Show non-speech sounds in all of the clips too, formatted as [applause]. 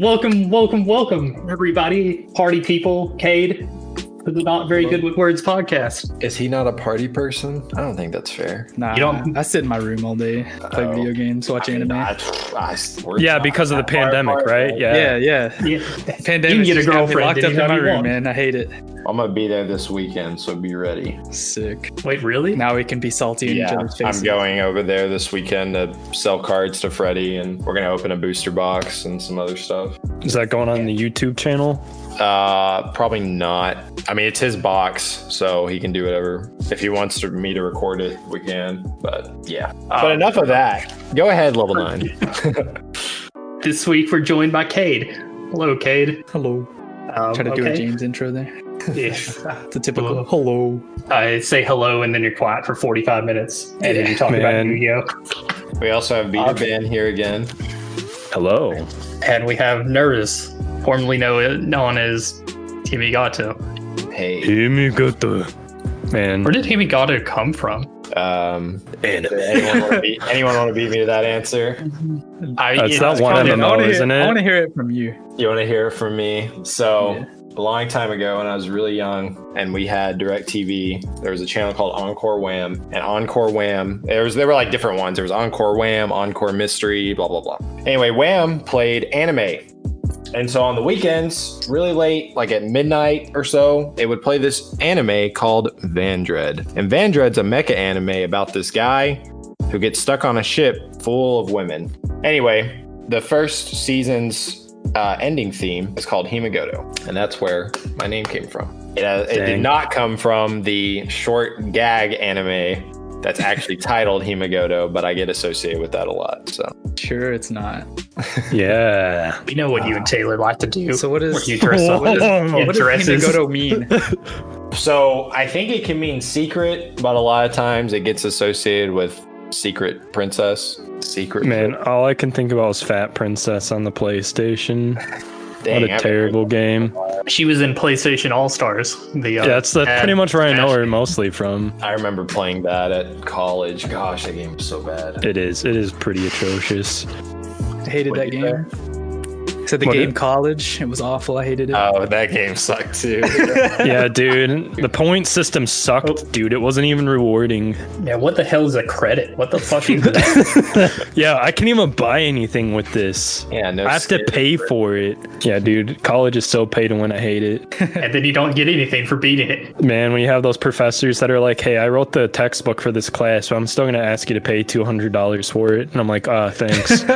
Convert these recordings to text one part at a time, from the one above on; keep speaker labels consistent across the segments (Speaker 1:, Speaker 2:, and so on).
Speaker 1: Welcome, welcome, welcome, everybody, party people, Cade, to the Not Very Good with Words podcast.
Speaker 2: Is he not a party person? I don't think that's fair.
Speaker 3: Nah,
Speaker 1: You don't-
Speaker 3: I sit in my room all day, play
Speaker 2: Oh.
Speaker 3: video games, watch anime.
Speaker 2: I- I- we're
Speaker 4: Yeah,
Speaker 2: not
Speaker 4: because of the
Speaker 2: that far
Speaker 4: pandemic,
Speaker 2: apart, man.
Speaker 4: right?
Speaker 3: yeah,
Speaker 4: Yeah.
Speaker 3: yeah.
Speaker 1: Yeah.
Speaker 3: Pandemic.
Speaker 1: get a
Speaker 3: just got me
Speaker 1: girlfriend
Speaker 3: Locked up in
Speaker 1: anytime
Speaker 3: my
Speaker 1: you
Speaker 3: room,
Speaker 1: want.
Speaker 3: man. I hate it.
Speaker 2: I'm gonna be there this weekend, so be ready.
Speaker 3: Sick.
Speaker 1: Wait, really?
Speaker 3: Now we can be salty in each other's faces.
Speaker 2: I'm going over there this weekend to sell cards to Freddie, and we're gonna open a booster box and some other stuff.
Speaker 4: Is that going on the YouTube channel?
Speaker 2: Uh, probably not. I mean, it's his box, so he can do whatever. If he wants to, me to record it, we can. But yeah. Um,
Speaker 3: Uh,
Speaker 2: but enough of that. Go ahead, [laughs] level nine.
Speaker 1: This week we're joined by Cade. Hello, Cade.
Speaker 3: Hello.
Speaker 1: Um,
Speaker 3: Try to do a
Speaker 1: okay.
Speaker 3: James intro there.
Speaker 1: Yeah.
Speaker 3: It's a typical
Speaker 1: Hello.
Speaker 3: hello.
Speaker 1: I say hello and then you're quiet for 45 minutes and then you talk about
Speaker 4: Man.
Speaker 1: Yu Gi
Speaker 2: we also have Vita Ban here again.
Speaker 4: Hello.
Speaker 1: And we have Nervous, formerly know- known as Timmy Gato.
Speaker 2: Hey.
Speaker 4: Man.
Speaker 1: Where did Timmy Gato come from?
Speaker 2: Um, anyone want to beat, anyone want to beat me to that answer?
Speaker 1: I,
Speaker 4: That's
Speaker 1: it-
Speaker 4: not
Speaker 1: it's
Speaker 4: one
Speaker 1: probably-
Speaker 4: MMO.
Speaker 3: I want to
Speaker 4: isn't
Speaker 3: hear,
Speaker 4: it?
Speaker 3: I wanna hear it from you.
Speaker 2: You want to hear from me? So,
Speaker 3: Yeah.
Speaker 2: a long time ago, when I was really young, and we had DirecTV, there was a channel called Encore Wham, and Encore Wham. There was there were like different ones. There was Encore Wham, Encore Mystery, blah blah blah. Anyway, Wham played anime. And so on the weekends, really late, like at midnight or so, they would play this anime called Vandred. And Vandred's a mecha anime about this guy who gets stuck on a ship full of women. Anyway, the first season's uh, ending theme is called Hemagoto, and that's where my name came from. It, uh, it did
Speaker 4: Dang.
Speaker 2: not come from the short gag anime that's actually [laughs] titled Hemagoto, but I get associated with that a lot. So
Speaker 3: Sure, it's not.
Speaker 4: Yeah.
Speaker 1: We know what you and Taylor like to do.
Speaker 3: So what is
Speaker 1: Where you dress up.
Speaker 3: [laughs] what
Speaker 4: [laughs]
Speaker 3: does-
Speaker 1: Yeah,
Speaker 3: what does
Speaker 1: dresses. [laughs]
Speaker 3: Hinagoto mean?
Speaker 2: So I think it can mean secret, but a lot of times it gets associated with secret princess. Secret
Speaker 4: Man, all I can think about is Fat Princess on the PlayStation.
Speaker 2: Dang,
Speaker 4: what a
Speaker 2: I've-
Speaker 4: terrible game.
Speaker 1: She was in PlayStation All Stars. The uh,
Speaker 4: Yeah, that's, that's
Speaker 1: ad.
Speaker 4: pretty much where I know
Speaker 1: Ash-
Speaker 4: her mostly from.
Speaker 2: I remember playing that at college. Gosh, that game was so bad.
Speaker 4: It is. It is pretty atrocious.
Speaker 3: hated
Speaker 2: What'd
Speaker 3: that
Speaker 2: you
Speaker 3: game. Said the
Speaker 4: What
Speaker 3: game
Speaker 4: it-
Speaker 3: college. It was awful. I hated it.
Speaker 1: Uh,
Speaker 2: Oh, that game sucked too.
Speaker 4: Yeah, dude. The point system sucked, dude. It wasn't even rewarding.
Speaker 1: Yeah, what the hell is a credit? What the fuck is
Speaker 4: [laughs]
Speaker 1: that?
Speaker 4: Yeah, I can't even buy anything with this.
Speaker 2: yeah, no.
Speaker 4: I have to
Speaker 2: skin.
Speaker 4: pay for it. Yeah, dude. College is so pay to win. I hate it. [laughs]
Speaker 1: and then you don't get anything for beating it.
Speaker 4: Man, when you have those professors that are like, "Hey, I wrote the textbook for this class, but I'm still gonna ask you to pay two hundred dollars for it," and I'm like, "Ah,
Speaker 2: [laughs]
Speaker 4: thanks." [laughs]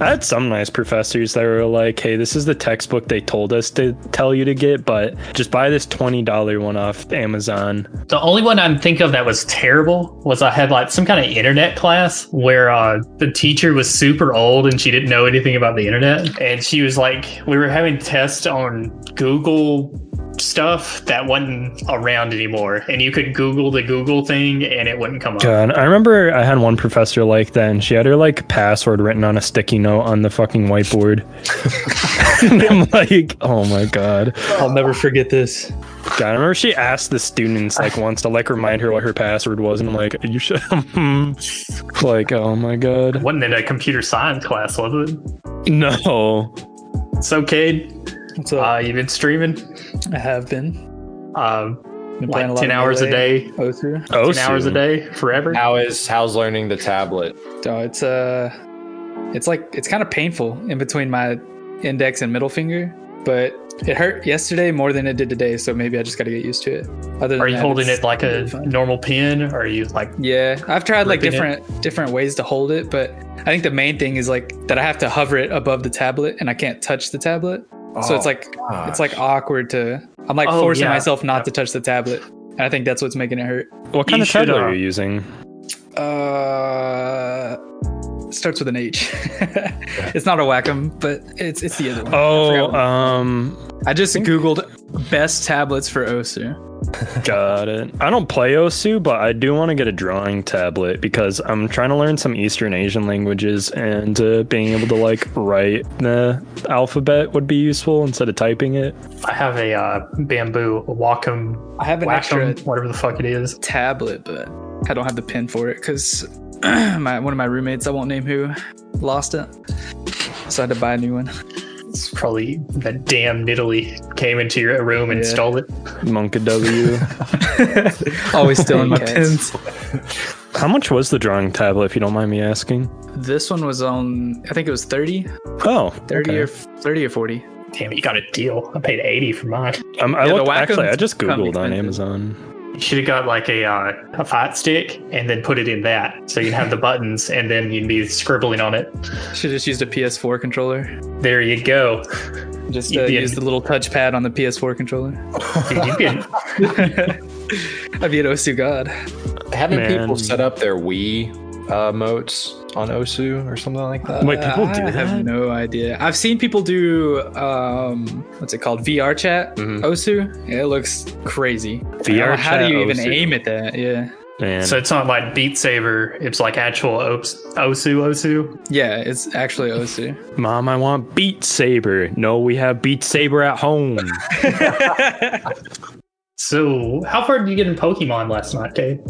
Speaker 4: I had some nice professors that were like, "Hey, this is the textbook they told us to tell you to get, but just buy this twenty dollar one off Amazon."
Speaker 1: The only one I'm think of that was terrible was I had like some kind of internet class where uh, the teacher was super old and she didn't know anything about the internet, and she was like, we were having tests on Google stuff that wasn't around anymore, and you could Google the Google thing and it wouldn't come up.
Speaker 4: God, I remember I had one professor like that, and she had her like password written on a sticky note on the fucking whiteboard. [laughs] and I'm like, oh my god,
Speaker 3: I'll never forget this.
Speaker 4: God, I remember she asked the students like once to like remind her what her password was, and I'm like, you should, [laughs] like, oh my god,
Speaker 1: Wasn't in a computer science class, was it?
Speaker 4: no,
Speaker 1: So, Cade,
Speaker 3: So
Speaker 1: uh, you've been streaming
Speaker 3: I have been,
Speaker 1: um,
Speaker 3: been playing a
Speaker 1: like
Speaker 3: lot
Speaker 1: 10
Speaker 3: of
Speaker 1: hours a
Speaker 3: melee.
Speaker 1: day,
Speaker 3: Osu.
Speaker 4: Oh,
Speaker 1: 10 hours a day, forever.
Speaker 2: How is how's learning the tablet?
Speaker 3: Oh, it's uh it's like it's kind of painful in between my index and middle finger, but it hurt yesterday more than it did today, so maybe I just got to get used to it. Other than
Speaker 1: Are you
Speaker 3: that,
Speaker 1: holding
Speaker 3: it's-
Speaker 1: it like a
Speaker 3: it's fine.
Speaker 1: normal pen? Or are you like
Speaker 3: Yeah, I've tried like
Speaker 1: Gripping
Speaker 3: different different ways to hold it, but I think the main thing is like that I have to hover it above the tablet and I can't touch the tablet. so
Speaker 2: Oh,
Speaker 3: it's like it's like awkward to I'm like
Speaker 1: Oh,
Speaker 3: forcing
Speaker 1: yeah.
Speaker 3: myself not to touch the tablet. And I think that's what's making it hurt.
Speaker 4: What kind
Speaker 1: You
Speaker 4: of
Speaker 1: should,
Speaker 4: tablet
Speaker 1: uh,
Speaker 4: are you using?
Speaker 3: Uh starts with an [laughs] H. it's not a Wacom, but it's it's the other one.
Speaker 4: Oh,
Speaker 3: forgot what-
Speaker 4: um,
Speaker 3: I just googled best tablets for Osu.
Speaker 4: got it. I don't play Osu, but I do want to get a drawing tablet because I'm trying to learn some Eastern Asian languages, and uh, being able to like write the alphabet would be useful instead of typing it.
Speaker 1: I have a uh, bamboo Wacom,
Speaker 3: I have an extra
Speaker 1: Wacom, whatever the fuck it is.
Speaker 3: tablet, but I don't have the pin for it [clears throat] because my one of my roommates, I won't name who, lost it. So I had to buy a new one.
Speaker 1: It's probably that damn Nidalee came into your room and
Speaker 3: Yeah.
Speaker 1: stole it.
Speaker 3: [laughs]
Speaker 4: Monkaw
Speaker 3: [laughs] Always stealing my
Speaker 5: Cats.
Speaker 3: pins.
Speaker 4: How much was the drawing tablet, if you don't mind me asking?
Speaker 3: This one was on, I think it was 30,
Speaker 4: Oh,
Speaker 3: 30
Speaker 4: okay.
Speaker 3: or 30 or 40.
Speaker 1: Damn it, you got a deal. I paid 80 for mine.
Speaker 4: Um, I
Speaker 3: Yeah, the
Speaker 4: looked,
Speaker 3: Wacom's
Speaker 4: actually, I just
Speaker 3: come
Speaker 4: Googled on
Speaker 3: expensive.
Speaker 4: Amazon.
Speaker 1: You should have got like a uh, a fight stick and then put it in that, so you'd have the buttons and then you'd be scribbling on it.
Speaker 3: Should just used a PS4 controller.
Speaker 1: There you go. [laughs]
Speaker 3: Just
Speaker 1: You
Speaker 3: uh,
Speaker 1: did.
Speaker 3: used the little touchpad on the PS4 controller.
Speaker 1: Dude, you can
Speaker 3: [laughs] I beat Osu God.
Speaker 2: Having
Speaker 4: Man.
Speaker 2: people set up their Wii uh, moats on Osu or something like that.
Speaker 4: Wait, people do
Speaker 3: uh, I have
Speaker 4: that?
Speaker 3: no idea. I've seen people do um, what's it called? VR chat
Speaker 2: Mhm.
Speaker 3: Osu. It looks crazy.
Speaker 4: VR
Speaker 3: How do
Speaker 4: Mm-hmm. chat
Speaker 3: you even
Speaker 4: Osu.
Speaker 3: aim at that? Yeah,
Speaker 4: Man.
Speaker 1: so it's not like Beat Saber. It's like actual ops, osu osu.
Speaker 3: yeah. It's actually Osu.
Speaker 4: Mom, I want Beat Saber. No, we have Beat Saber at
Speaker 3: [laughs]
Speaker 4: home.
Speaker 1: So how far did you get in Pokemon last night, Dave?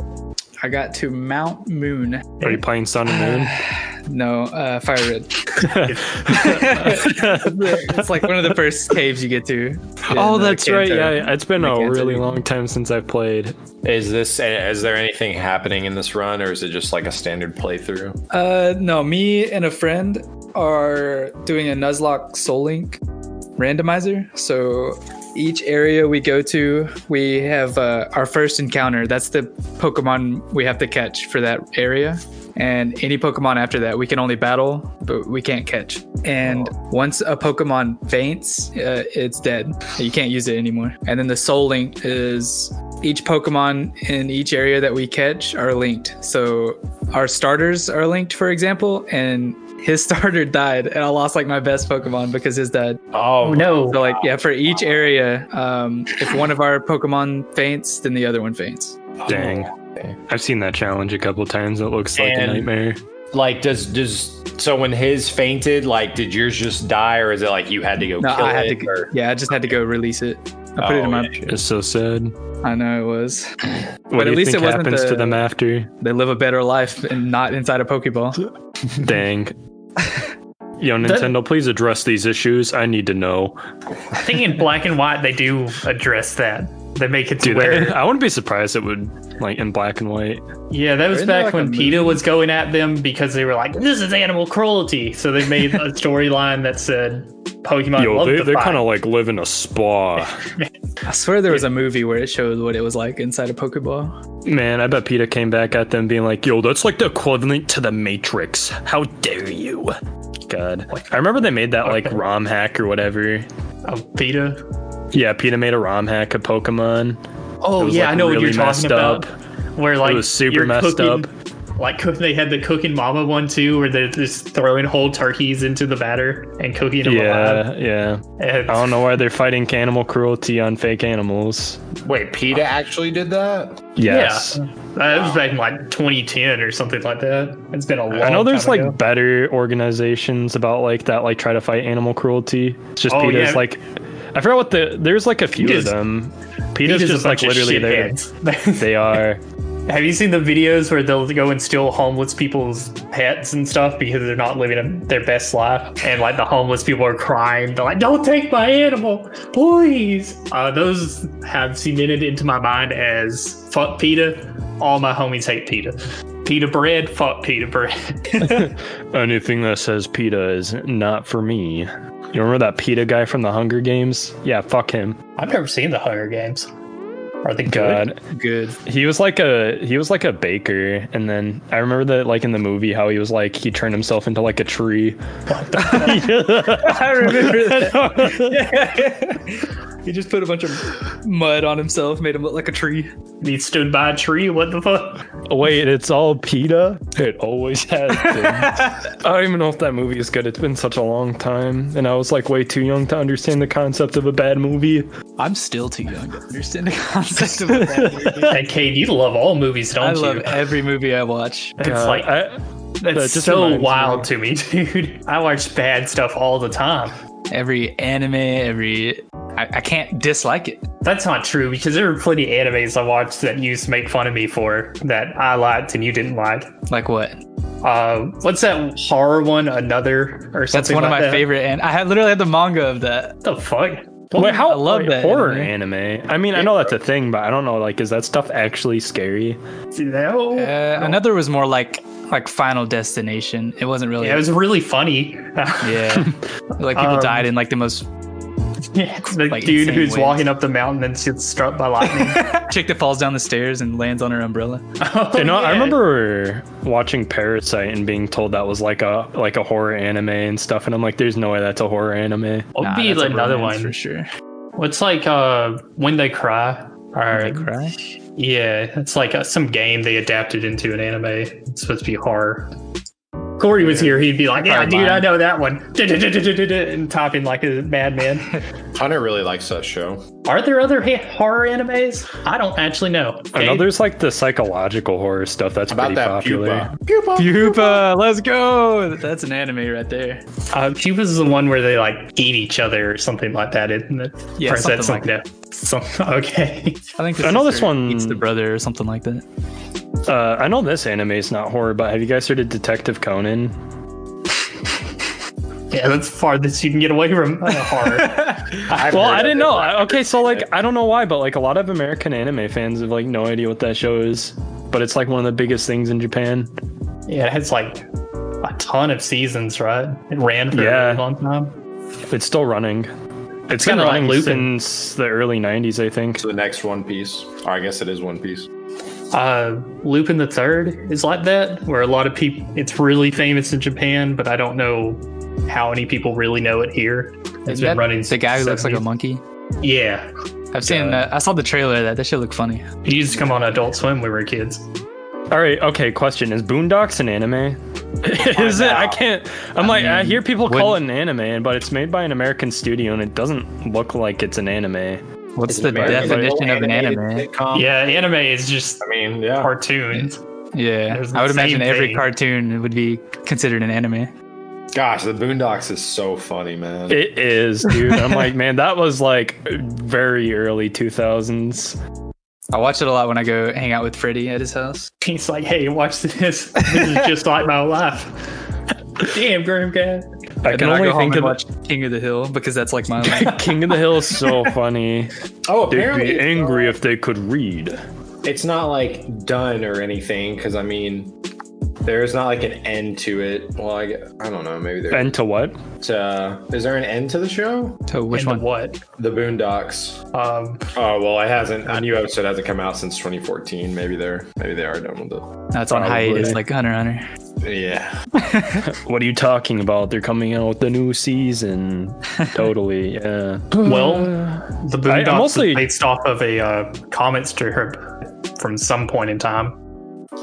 Speaker 3: I got to Mount Moon.
Speaker 4: Are you playing Sun and
Speaker 3: No, uh, Fire
Speaker 4: [laughs]
Speaker 3: Red. [laughs]
Speaker 4: Moon?
Speaker 3: it's like one of the first caves you get to. in,
Speaker 4: oh,
Speaker 3: uh,
Speaker 4: that's right.
Speaker 3: Kanto.
Speaker 4: Yeah, yeah. it's been a
Speaker 3: Kanto.
Speaker 4: really long time since I've played.
Speaker 2: Is this is there anything happening in this run, or is it just like a standard playthrough?
Speaker 3: Uh, no, me and a friend are doing a Nuzlocke Soul Link randomizer. So each area we go to, we have uh, our first encounter. That's the Pokemon we have to catch for that area. And any Pokemon after that, we can only battle, but we can't catch. And once a Pokemon faints, uh, it's dead. You can't use it anymore. And then the Soul Link is each Pokemon in each area that we catch are linked. So our starters are linked, for example, and his [laughs] starter died, and I lost like my best Pokemon because his died.
Speaker 1: Oh
Speaker 2: Oh,
Speaker 1: no,
Speaker 3: So like yeah, for each area, um, if one of our Pokemon faints, then the other one faints.
Speaker 4: Dang. I've seen that challenge a couple times. It looks like
Speaker 2: And-
Speaker 4: a nightmare.
Speaker 2: Like, does does so when his fainted, like, did yours just die, or is it like you had to go
Speaker 3: No,
Speaker 2: kill
Speaker 3: I had
Speaker 2: it?
Speaker 3: to.
Speaker 2: or-
Speaker 3: Yeah, I just had to go release it. I put it
Speaker 2: Oh,
Speaker 3: in my.
Speaker 4: It's so sad.
Speaker 3: I know it was.
Speaker 4: What do
Speaker 3: at
Speaker 4: you
Speaker 3: least
Speaker 4: think
Speaker 3: it wasn't
Speaker 4: happens
Speaker 3: the-
Speaker 4: to
Speaker 3: [laughs]
Speaker 4: them after?
Speaker 3: They live a better life and not inside a Pokeball.
Speaker 4: Dang. Yo, Nintendo, please address these issues. I need to know.
Speaker 1: I think in Black and White they do address that. They make it to
Speaker 4: Dude,
Speaker 1: where
Speaker 4: [laughs] I wouldn't be surprised it would like in black and white.
Speaker 1: [laughs] Yeah, that was
Speaker 3: Isn't
Speaker 1: back
Speaker 3: there, like, a
Speaker 1: when
Speaker 3: movie?
Speaker 1: PETA was going at them because they were like, "This is animal cruelty." So they made [laughs] a storyline that said, "Pokemon
Speaker 4: Yo,
Speaker 1: love
Speaker 4: they,
Speaker 1: to
Speaker 4: they're
Speaker 1: fight."
Speaker 4: kind of like living a spa.
Speaker 3: I swear there was a movie where it showed what it was like inside a Pokeball.
Speaker 4: Man, I bet PETA came back at them being like, yo, that's like the equivalent to the Matrix. How dare you? God. I remember they made that like ROM hack or whatever.
Speaker 1: oh, PETA.
Speaker 4: Yeah, PETA made a ROM hack of Pokemon.
Speaker 1: Oh
Speaker 4: It was,
Speaker 1: yeah,
Speaker 4: like,
Speaker 1: I know what
Speaker 4: really
Speaker 1: you're talking
Speaker 4: messed
Speaker 1: about.
Speaker 4: up.
Speaker 1: Where like
Speaker 4: was super
Speaker 1: you're
Speaker 4: messed
Speaker 1: cooking- Like cook- they had the cooking mama one too, where they're just throwing whole turkeys into the batter and cooking them alive.
Speaker 4: Yeah, yeah.
Speaker 1: And,
Speaker 4: I don't know why they're fighting animal cruelty on fake animals.
Speaker 2: Wait, Peta actually did that?
Speaker 4: Yes.
Speaker 1: Yeah, that was back in like 2010 or something like that. It's been a long.
Speaker 4: I know there's
Speaker 1: time
Speaker 4: like
Speaker 1: ago.
Speaker 4: better organizations about like that, like try to fight animal cruelty. It's just
Speaker 1: Oh,
Speaker 4: PETA's
Speaker 1: yeah.
Speaker 4: like, I forgot what the there's like a few
Speaker 1: PETA's-
Speaker 4: of them. PETA's,
Speaker 1: PETA's
Speaker 4: just
Speaker 1: a
Speaker 4: like
Speaker 1: bunch of
Speaker 4: literally there.
Speaker 1: shitheads. [laughs]
Speaker 4: They are.
Speaker 1: Have you seen the videos where they'll go and steal homeless people's pets and stuff because they're not living their best life? And like the homeless people are crying, they're like, "Don't take my animal, please." Uh, those have cemented into my mind as "fuck Peta." All my homies hate Peta. Peta bread, fuck Peta bread. [laughs]
Speaker 4: Anything that says PETA is not for me. You remember that PETA guy from the Hunger Games? Yeah, fuck him.
Speaker 1: I've never seen the Hunger Games. Are they good?
Speaker 4: God.
Speaker 3: Good.
Speaker 4: He was like a he was like a baker and then I remember that like in the movie how he was like he turned himself into like a tree.
Speaker 3: [laughs] I remember [laughs] that. he just put a bunch of mud on himself, made him look like a tree.
Speaker 1: He stood by a tree. What the [laughs] fuck?
Speaker 4: Wait, it's all PETA? It always has
Speaker 1: [laughs]
Speaker 4: been. I don't even know if that movie is good. It's been such a long time and I was like way too young to understand the concept of a bad movie.
Speaker 3: I'm still too young to understand the concept [laughs] of that.
Speaker 1: Hey, Cade, you love all movies, don't
Speaker 3: I
Speaker 1: you?
Speaker 3: love every movie I watch.
Speaker 1: It's like
Speaker 4: I,
Speaker 1: That's
Speaker 4: That just
Speaker 1: so
Speaker 4: reminds me.
Speaker 1: wild to me, [laughs] dude. I watch bad stuff all the time.
Speaker 3: Every anime, every. I, I can't dislike it.
Speaker 1: That's not true because there were plenty of animes I watched that you used to make fun of me for that I liked and you didn't like.
Speaker 3: Like what?
Speaker 1: Uh, what's that horror one? Another or
Speaker 3: That's
Speaker 1: something?
Speaker 3: one of my
Speaker 1: like that?
Speaker 3: favorite, and I had literally had the manga of that.
Speaker 1: What the fuck?
Speaker 4: Wait, how
Speaker 3: I love
Speaker 4: wait,
Speaker 3: that
Speaker 4: horror
Speaker 3: anime.
Speaker 4: anime. I mean, I know that's a thing, but I don't know. Like, is that stuff actually scary?
Speaker 1: No.
Speaker 3: Uh, Another was more like like Final Destination. It wasn't really.
Speaker 1: Yeah, it was really funny. [laughs]
Speaker 3: [laughs] yeah. like people
Speaker 1: Um,
Speaker 3: died in like the most [laughs]
Speaker 1: Yeah, it's the
Speaker 3: Like
Speaker 1: dude
Speaker 3: insane
Speaker 1: who's
Speaker 3: waves.
Speaker 1: walking up the mountain and gets struck by lightning.
Speaker 3: [laughs] chick that falls down the stairs and lands on her umbrella.
Speaker 1: Oh,
Speaker 4: You know, I
Speaker 1: yeah.
Speaker 4: remember watching Parasite and being told that was like a like a horror anime and stuff, and I'm like, there's no way that's a horror anime.
Speaker 1: What would
Speaker 3: Nah,
Speaker 1: be
Speaker 3: that's a
Speaker 1: another
Speaker 3: romance
Speaker 1: one?
Speaker 3: for sure.
Speaker 1: What's like uh, when they cry? Or,
Speaker 3: They cry.
Speaker 1: Yeah, it's like uh some game they adapted into an anime. It's supposed to be horror. Corey was here. He'd be like, "Yeah,
Speaker 3: Probably
Speaker 1: dude, I
Speaker 3: mine.
Speaker 1: know that one." [laughs] And typing like a madman.
Speaker 2: Hunter really likes that show.
Speaker 1: Are there other ha- horror animes? I don't actually know.
Speaker 4: I know there's like the psychological horror stuff that's
Speaker 2: About
Speaker 4: pretty
Speaker 2: that
Speaker 4: popular.
Speaker 2: pupa.
Speaker 3: Yupa, let's go. That's an anime right there.
Speaker 1: Uh, she was the one where they like eat each other or something like that, isn't it?
Speaker 3: Yeah,
Speaker 1: Or is that
Speaker 3: something
Speaker 1: something else? Some- [laughs] okay.
Speaker 3: I think the
Speaker 4: I know this
Speaker 3: sister
Speaker 4: one-
Speaker 3: eats the brother or something like that.
Speaker 4: Uh, I know this anime is not horror, but have you guys heard of Detective Conan?
Speaker 1: Yeah, that's farthest you can get away from uh, horror.
Speaker 2: I've
Speaker 4: Well,
Speaker 2: heard
Speaker 4: I
Speaker 2: of it.
Speaker 4: didn't know. I, okay, so like, I don't know why, but like a lot of American anime fans have like no idea what that show is, but it's like one of the biggest things in Japan.
Speaker 1: yeah, it has like a ton of seasons, right? It ran for a
Speaker 4: Yeah.
Speaker 1: really long time.
Speaker 4: It's still running. It's been
Speaker 1: kinda like
Speaker 4: running
Speaker 1: Lupin.
Speaker 4: since the early '90s, I think.
Speaker 2: So the next One Piece, or I guess it is One Piece.
Speaker 1: Uh, Lupin the Third is like that, where a lot of people. It's really famous in Japan, but I don't know how many people really know it here. It's
Speaker 3: Isn't
Speaker 1: been
Speaker 3: that
Speaker 1: running.
Speaker 3: The guy who looks like a
Speaker 1: 70s.
Speaker 3: monkey.
Speaker 1: Yeah,
Speaker 3: I've seen that. I saw the trailer of that. That should look funny.
Speaker 1: he used to come on Adult Swim when we were kids.
Speaker 4: All right. Okay. Question: Is Boondocks an anime? [laughs] is it? I can't. I'm like, I hear people call it an anime, but it's made by an American studio, and it doesn't look like it's an anime.
Speaker 3: What's the
Speaker 2: American
Speaker 3: definition of an
Speaker 2: animated
Speaker 3: anime?
Speaker 2: sitcom.
Speaker 1: Yeah, anime is just
Speaker 2: I mean, yeah.
Speaker 1: cartoons.
Speaker 3: Yeah,
Speaker 1: It's the
Speaker 3: I would imagine
Speaker 1: same
Speaker 3: every
Speaker 1: thing.
Speaker 3: cartoon would be considered an anime.
Speaker 2: Gosh, the Boondocks is so funny, man.
Speaker 4: It is, dude. I'm [laughs] like, man, that was like very early 2000s.
Speaker 3: I watch it a lot when I go hang out with Freddie at his house.
Speaker 1: He's like, hey, watch this. This is just like my life. [laughs] Damn, Grim Cat.
Speaker 4: I
Speaker 3: And
Speaker 4: can
Speaker 3: then I
Speaker 4: only
Speaker 3: go home
Speaker 4: think
Speaker 3: and
Speaker 4: of
Speaker 3: watch King of the Hill because that's
Speaker 1: [laughs]
Speaker 3: like my life.
Speaker 4: King of the Hill is so funny.
Speaker 2: oh,
Speaker 4: They'd be
Speaker 2: it's
Speaker 4: angry if they could read.
Speaker 2: it's not like done or anything because i mean there's not like an end to it well i, gue- I don't know maybe there's
Speaker 4: And to what?
Speaker 2: uh, is there an end to the show
Speaker 3: So which
Speaker 1: And the
Speaker 3: one?
Speaker 1: What?
Speaker 2: the boondocks
Speaker 1: Um,
Speaker 2: oh well it hasn't a new episode hasn't come out since 2014 maybe they're maybe they are done with
Speaker 3: That's on
Speaker 4: Probably.
Speaker 3: hiatus, like Hunter x Hunter.
Speaker 2: it yeah
Speaker 4: What are you talking about? They're coming out with the new season. totally. Yeah.
Speaker 1: well, the
Speaker 4: I- I'm
Speaker 1: Boondocks
Speaker 4: mostly-
Speaker 1: is based off of a uh, comic strip from some point in time.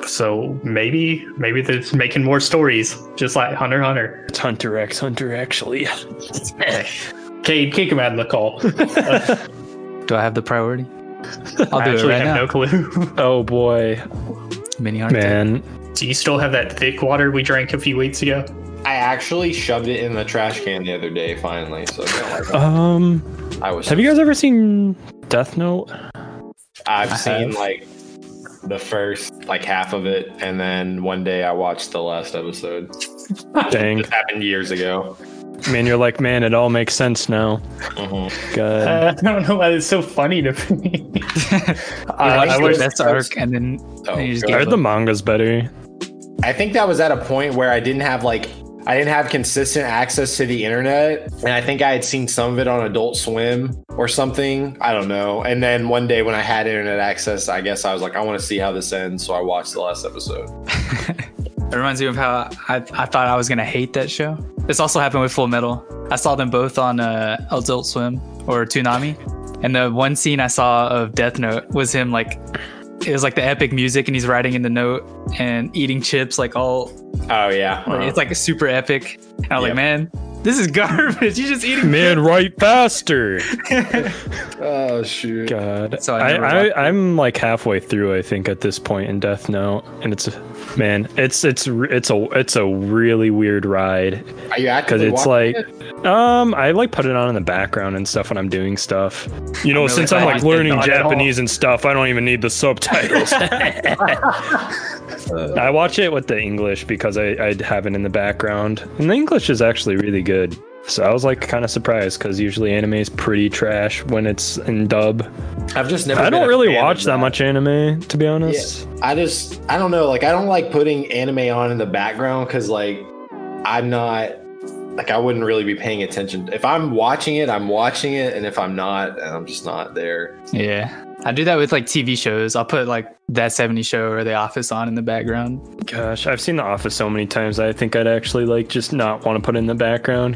Speaker 1: So maybe, maybe they're just making more stories, just like Hunter x Hunter.
Speaker 4: It's Hunter X Hunter, actually.
Speaker 1: [laughs] Cade, kick him out of the
Speaker 3: [laughs]
Speaker 1: call.
Speaker 3: Do I have the
Speaker 1: [laughs]
Speaker 3: priority? I'll
Speaker 1: I
Speaker 3: do it
Speaker 1: actually
Speaker 3: right
Speaker 1: have
Speaker 3: now.
Speaker 1: no clue. [laughs]
Speaker 4: Oh boy,
Speaker 3: Mini heart attack.
Speaker 4: man.
Speaker 1: Do you still have that thick water we drank a few weeks ago?
Speaker 2: i actually shoved it in the trash can the other day finally so I don't like
Speaker 4: Um,
Speaker 2: it. i was
Speaker 4: have you guys ever seen
Speaker 3: [laughs]
Speaker 4: Death Note?
Speaker 2: i've seen
Speaker 3: have.
Speaker 2: like the first like half of it and then one day i watched the last episode
Speaker 4: Dang,
Speaker 2: it happened years ago
Speaker 4: man, you're like, man, it all makes sense now.
Speaker 2: Mhm.
Speaker 4: God,
Speaker 1: Uh, [laughs] I don't know why it's so funny to
Speaker 3: [laughs]
Speaker 1: me. Uh,
Speaker 3: I
Speaker 1: I
Speaker 3: watched
Speaker 1: was-
Speaker 3: the best arc, and then
Speaker 2: Oh,
Speaker 3: You just
Speaker 2: God.
Speaker 3: get
Speaker 4: are the mangas better?
Speaker 2: I think that was at a point where I didn't have like I didn't have consistent access to the internet, and I think I had seen some of it on Adult Swim or something. I don't know. And then one day when I had internet access, I guess I was like, I want to see how this ends, so I watched the last episode.
Speaker 3: it reminds me of how I, I thought I was gonna hate that show. This also happened with Full Metal. I saw them both on uh, Adult Swim or Toonami, and the one scene I saw of Death Note was him like, it was like the epic music, and he's writing in the note and eating chips, like all
Speaker 2: Oh yeah, Uh-huh.
Speaker 3: it's like super epic. And I was
Speaker 2: Yep.
Speaker 3: like, man, this is [laughs] garbage. You just eating.
Speaker 4: [laughs] Man, write faster.
Speaker 2: oh shoot.
Speaker 4: God,
Speaker 3: So I
Speaker 4: I,
Speaker 3: never watched it.
Speaker 4: I, I'm like halfway through, I think, at this point in Death Note, and it's, man, it's it's r- it's a it's a really weird ride
Speaker 2: Are you
Speaker 4: because
Speaker 2: actively
Speaker 4: it's like,
Speaker 2: watching
Speaker 4: um, I like put it on in the background and stuff when I'm doing stuff. You know,
Speaker 3: really
Speaker 4: since I'm
Speaker 3: glad
Speaker 4: like
Speaker 3: you did
Speaker 4: learning
Speaker 1: not at all.
Speaker 4: Japanese and stuff, I don't even need the subtitles. I watch it with the English because I, I have it in the background, and the English is actually really good. So I was like kind of surprised because usually anime is pretty trash when it's in dub.
Speaker 2: I've just never.
Speaker 4: I
Speaker 2: been
Speaker 4: don't
Speaker 2: a
Speaker 4: really
Speaker 2: fan of
Speaker 4: watch that much anime, to be honest.
Speaker 2: I just I don't know. Like I don't like putting anime on in the background because like I'm not like I wouldn't really be paying attention. If I'm watching it, I'm watching it, and if I'm not, then I'm just not there.
Speaker 3: Yeah. I do that with like TV shows. I'll put like that 70 show or The Office on in the background.
Speaker 4: Gosh, I've seen The Office so many times. I think I'd actually like just not want to put it in the background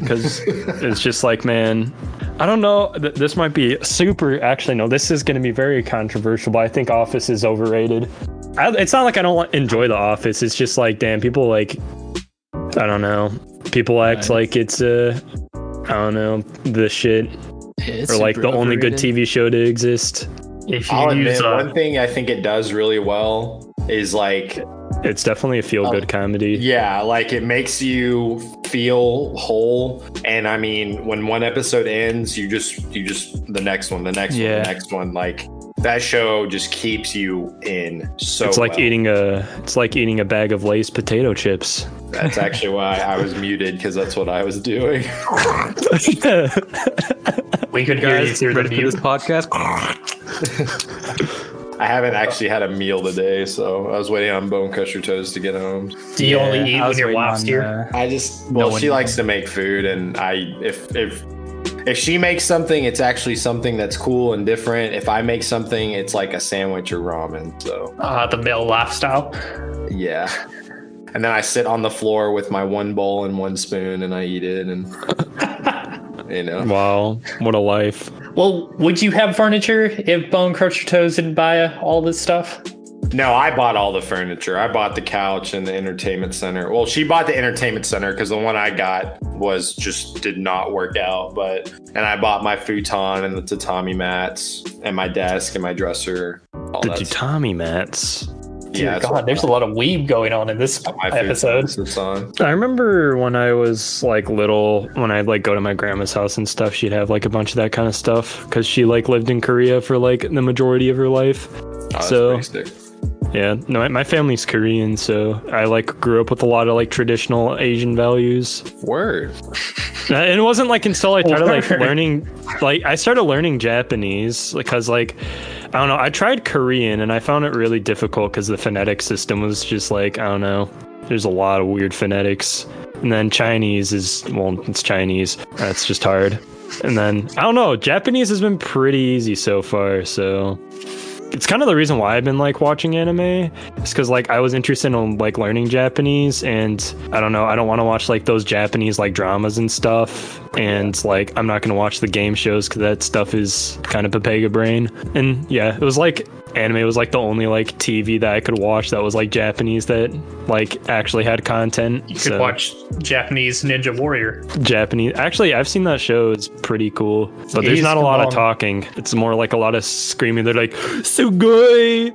Speaker 3: [laughs]
Speaker 4: because it's just like, man, I don't know. Th- This might be super. Actually, no, this is going to be very controversial. But I think Office is overrated. I, it's not like I don't li- enjoy The Office. It's just like, damn, people like, I don't know. People act
Speaker 3: Right.
Speaker 4: like it's uh, I don't know, the shit
Speaker 3: It's
Speaker 4: or like the
Speaker 3: super
Speaker 4: only good
Speaker 3: overrated.
Speaker 4: TV show to exist.
Speaker 1: If you
Speaker 2: I'll
Speaker 1: use
Speaker 2: admit,
Speaker 1: uh,
Speaker 2: one thing I think it does really well is like
Speaker 4: It's definitely a feel
Speaker 3: Oh,
Speaker 4: good comedy.
Speaker 2: Yeah, like it makes you feel whole. And I mean, when one episode ends, you just you just the next one, the next
Speaker 3: Yeah.
Speaker 2: one, the next one. Like that show just keeps you in so
Speaker 3: oh,
Speaker 4: it's like
Speaker 2: well.
Speaker 4: eating a it's like eating a bag of Lay's potato chips.
Speaker 2: That's actually why I was muted because that's what I was doing.
Speaker 1: we could hear you
Speaker 3: Guys,
Speaker 1: through the
Speaker 3: ready for
Speaker 1: mute.
Speaker 3: this
Speaker 4: [laughs]
Speaker 3: podcast?
Speaker 2: I haven't actually had a meal today, so I was waiting on Bone Crusher Toast to get home.
Speaker 1: Do you
Speaker 3: Yeah,
Speaker 1: only eat
Speaker 3: I
Speaker 1: when
Speaker 3: was
Speaker 1: your
Speaker 3: waiting
Speaker 1: wife's
Speaker 3: on,
Speaker 1: here?
Speaker 3: uh,
Speaker 2: I just well,
Speaker 3: No one
Speaker 2: she
Speaker 3: knows.
Speaker 2: likes to make food, and I if if if she makes something, it's actually something that's cool and different. If I make something, it's like a sandwich or ramen. So
Speaker 1: Uh, the male lifestyle.
Speaker 2: yeah, and then I sit on the floor with my one bowl and one spoon, and I eat it, and [laughs] you know,
Speaker 4: [laughs] Wow, what a life.
Speaker 1: Well, would you have furniture if Bone Crusher Toes didn't buy uh, all this stuff?
Speaker 2: no, I bought all the furniture. I bought the couch and the entertainment center. Well, she bought the entertainment center because the one I got was just did not work out. But and I bought my futon and the tatami mats and my desk and my dresser. All
Speaker 4: The
Speaker 2: that stuff.
Speaker 4: Tutami mats.
Speaker 1: Dear
Speaker 2: that's what
Speaker 1: God, there's a lot of weeb going on in this
Speaker 2: my food
Speaker 1: episode.
Speaker 2: sits on. Oh,
Speaker 4: I remember when I was like little, when I'd like go to my grandma's house and stuff, she'd have like a bunch of that kind of stuff because she like lived in Korea for like the majority of her life.
Speaker 2: that's
Speaker 4: So-
Speaker 2: pretty sick.
Speaker 4: Yeah, no, my, my family's Korean, so I like grew up with a lot of like traditional Asian values.
Speaker 2: word.
Speaker 4: Uh, And it wasn't like until I started like
Speaker 1: Word.
Speaker 4: learning, like I started learning Japanese because like I don't know, I tried Korean and I found it really difficult because the phonetic system was just like I don't know, there's a lot of weird phonetics, and then Chinese is well, it's Chinese, that's just hard, and then I don't know, Japanese has been pretty easy so far, so it's kind of the reason why I've been like watching anime. It's because like I was interested in like learning Japanese, and I don't know, I don't want to watch like those Japanese like dramas and stuff, and like I'm not gonna watch the game shows because that stuff is kind of Pepega brain. And yeah, it was like anime was like the only like TV that I could watch that was like Japanese that like actually had content.
Speaker 1: You could watch Japanese Ninja Warrior.
Speaker 4: Japanese. Actually, I've seen that show. It's pretty cool, but
Speaker 1: It
Speaker 4: there's
Speaker 1: is
Speaker 4: not a lot
Speaker 1: long.
Speaker 4: of talking. It's more like a lot of screaming. They're like, "Sugoi."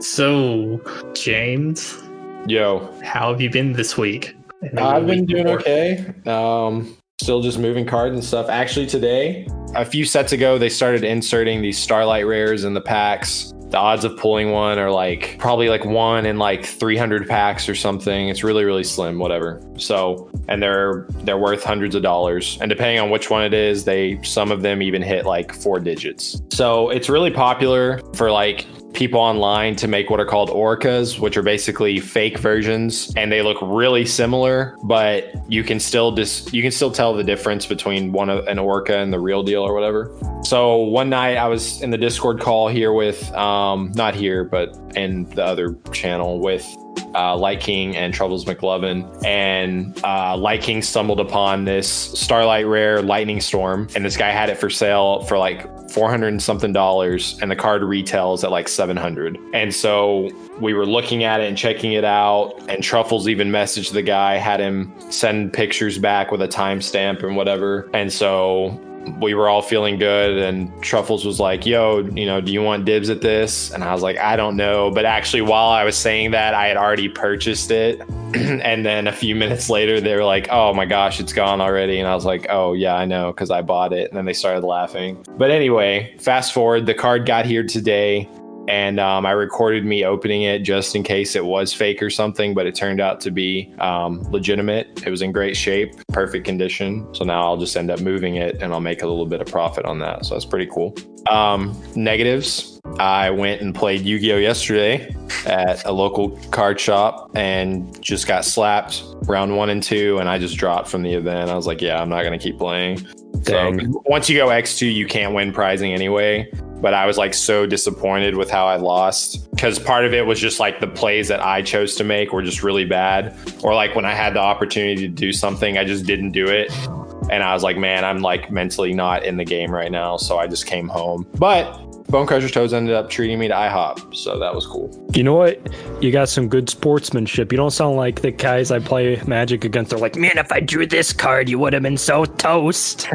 Speaker 1: So, James,
Speaker 2: Yo,
Speaker 1: how have you been this week? And the
Speaker 2: I've been
Speaker 1: week
Speaker 2: doing
Speaker 1: before.
Speaker 2: okay. Um, still just moving cards and stuff. Actually, today, a few sets ago, they started inserting these Starlight rares in the packs. The odds of pulling one are like probably like one in like 300 packs or something. It's really really slim, whatever. So, and they're they're worth hundreds of dollars. And depending on which one it is, they some of them even hit like four digits. So, it's really popular for like people online to make what are called orcas, which are basically fake versions, and they look really similar, but you can still dis- you can still tell the difference between one of an orca and the real deal or whatever. So one night I was in the Discord call here with um not here but in the other channel with uh, Light King and Troubles McLovin. And uh, Light King stumbled upon this Starlight Rare Lightning Storm, and this guy had it for sale for like 400 and something dollars, and the card retails at like 700. And so we were looking at it and checking it out, and Truffles even messaged the guy, had him send pictures back with a timestamp and whatever. And so we were all feeling good and truffles was like yo you know do you want dibs at this and i was like i don't know but actually while i was saying that i had already purchased it [clears throat] and then a few minutes later they were like oh my gosh it's gone already and i was like oh yeah i know because i bought it and then they started laughing but anyway fast forward the card got here today and um, I recorded me opening it just in case it was fake or something, but it turned out to be um, legitimate. It was in great shape, perfect condition. So now I'll just end up moving it and I'll make a little bit of profit on that. So that's pretty cool. Um, negatives. I went and played Yu Gi Oh! yesterday at a local card shop and just got slapped round one and two, and I just dropped from the event. I was like, yeah, I'm not going to keep playing. So
Speaker 4: Dang.
Speaker 2: once you go X2, you can't win prizing anyway. But I was like so disappointed with how I lost because part of it was just like the plays that I chose to make were just really bad. Or like when I had the opportunity to do something, I just didn't do it. And I was like, man, I'm like mentally not in the game right now. So I just came home. But Bone Crusher Toes ended up treating me to IHOP. So that was cool.
Speaker 4: You know what? You got some good sportsmanship. You don't sound like the guys I play Magic against. They're like, man, if I drew this card, you would have been so toast.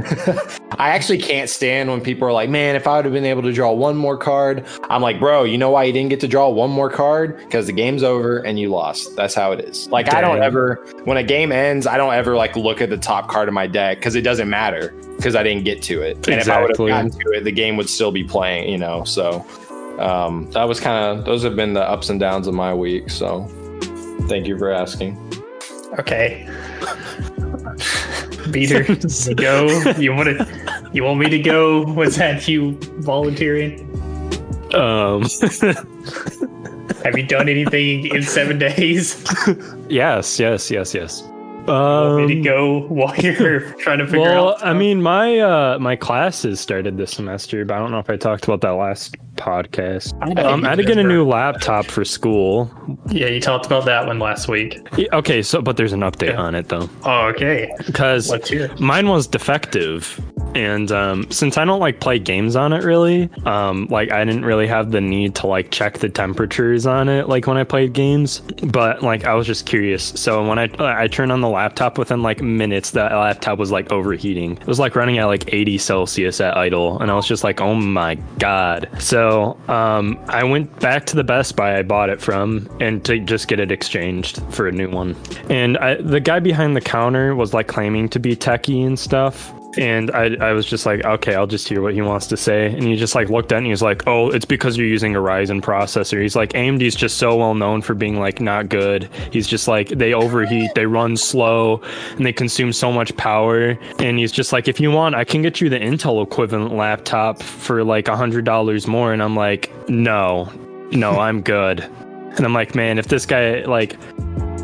Speaker 2: I actually can't stand when people are like, man, if I would have been able to draw one more card, I'm like, bro, you know why you didn't get to draw one more card? Because the game's over and you lost. That's how it is. Like, I don't
Speaker 4: Dang.
Speaker 2: ever, when a game ends, I don't ever like look at the top card of my deck because it doesn't matter because I didn't get to it. And if I would have
Speaker 4: Exactly.
Speaker 2: gotten to it, the game would still be playing, you know? So um, that was kind of, those have been the ups and downs of my week. So thank you for asking.
Speaker 1: Okay.
Speaker 2: [laughs]
Speaker 1: Peter, go. You want to? You want me to go? Was that you volunteering?
Speaker 4: [laughs] Um,
Speaker 1: Have you done anything in seven days?
Speaker 4: yes, yes, yes, yes.
Speaker 1: Want me to
Speaker 4: Um,
Speaker 1: go while you're trying to figure
Speaker 4: well,
Speaker 1: out?
Speaker 4: I mean, my uh, my classes started this semester, but I don't know if I talked about that last podcast.
Speaker 1: I don't
Speaker 4: Um, I had to get a
Speaker 1: remember.
Speaker 4: new laptop for school.
Speaker 1: Yeah, you talked about that one last week.
Speaker 4: Yeah, Okay, so but there's an update
Speaker 1: Yeah.
Speaker 4: on it though,
Speaker 1: Oh, okay.
Speaker 4: because
Speaker 1: Let's hear. it.
Speaker 4: mine was defective and um, since i don't like play games on it really um, like i didn't really have the need to like check the temperatures on it like when i played games but like i was just curious so when i i turned on the laptop within like minutes the laptop was like overheating it was like running at like 80 celsius at idle and i was just like oh my god so um, i went back to the best buy i bought it from and to just get it exchanged for a new one and I, the guy behind the counter was like claiming to be techie and stuff. And I, I was just like, okay, I'll just hear what he wants to say. And he just like looked at it and he was like, oh, it's because you're using a Ryzen processor. He's like, AMD's just so well known for being like not good. He's just like, they overheat, they run slow, and they consume so much power. And he's just like, if you want, I can get you the Intel equivalent laptop for like $100 more. And I'm like, no, no, I'm good. And I'm like, man, if this guy, like,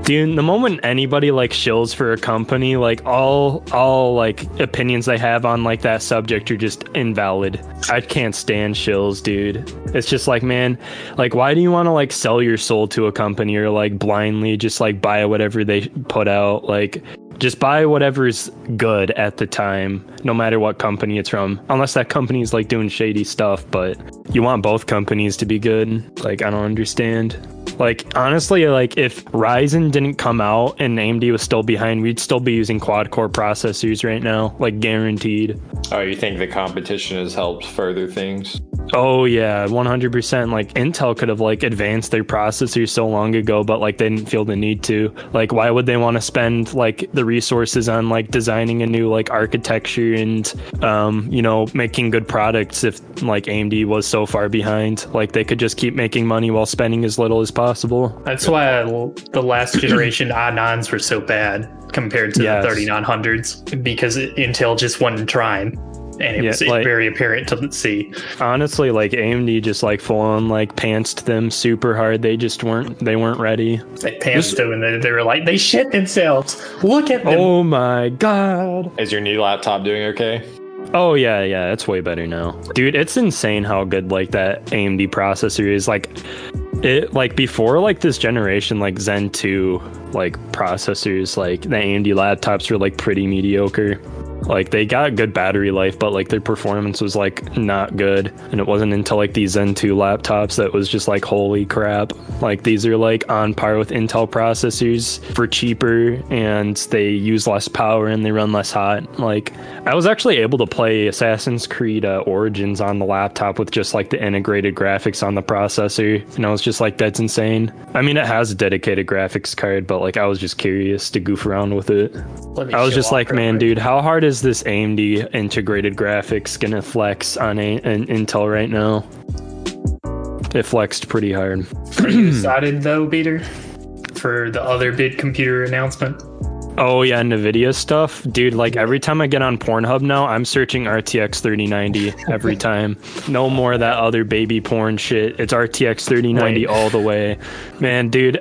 Speaker 4: Dude, the moment anybody like shills for a company, like all all like opinions they have on like that subject are just invalid. I can't stand shills, dude. It's just like, man, like why do you want to like sell your soul to a company or like blindly just like buy whatever they put out? Like just buy whatever's good at the time, no matter what company it's from. Unless that company's like doing shady stuff, but you want both companies to be good. Like I don't understand. Like honestly, like if Ryzen didn't come out and AMD was still behind, we'd still be using quad core processors right now, like guaranteed.
Speaker 2: Oh, you think the competition has helped further things?
Speaker 4: Oh yeah, 100%. Like Intel could have like advanced their processors so long ago, but like they didn't feel the need to. Like why would they want to spend like the resources on like designing a new like architecture and um, you know, making good products if like AMD was so far behind? Like they could just keep making money while spending as little as possible.
Speaker 1: That's why l- the last generation i9s were so bad compared to
Speaker 4: Yes.
Speaker 1: the 3900s because it, Intel just wasn't trying. And it
Speaker 4: Yeah,
Speaker 1: was
Speaker 4: like-
Speaker 1: very apparent to see.
Speaker 4: honestly like AMD just like full on like pantsed them super hard. They just weren't they weren't ready.
Speaker 1: They pants them and they, they were like, they shit themselves. Look at them.
Speaker 4: Oh my god.
Speaker 2: Is your new laptop doing okay?
Speaker 4: Oh yeah, yeah, it's way better now. Dude, it's insane how good like that AMD processor is like it like before like this generation like Zen 2 like processors like the AMD laptops were like pretty mediocre. Like they got good battery life, but like their performance was like not good. And it wasn't until like these Zen 2 laptops that was just like holy crap. Like these are like on par with Intel processors for cheaper and they use less power and they run less hot. Like I was actually able to play Assassin's Creed uh, Origins on the laptop with just like the integrated graphics on the processor. And I was just like, that's insane. I mean, it has a dedicated graphics card, but like I was just curious to goof around with it.
Speaker 1: Let me
Speaker 4: I was
Speaker 1: show
Speaker 4: just
Speaker 1: off
Speaker 4: like,
Speaker 1: real
Speaker 4: man,
Speaker 1: quick.
Speaker 4: dude, how hard is this AMD integrated graphics gonna flex on a- an Intel right now? It flexed pretty hard.
Speaker 1: Are you excited though, Peter, for the other big computer announcement?
Speaker 4: Oh yeah, Nvidia stuff, dude. Like every time I get on Pornhub now, I'm searching RTX 3090 every time. No more of that other baby porn shit. It's RTX 3090
Speaker 1: Wait.
Speaker 4: all the way, man, dude.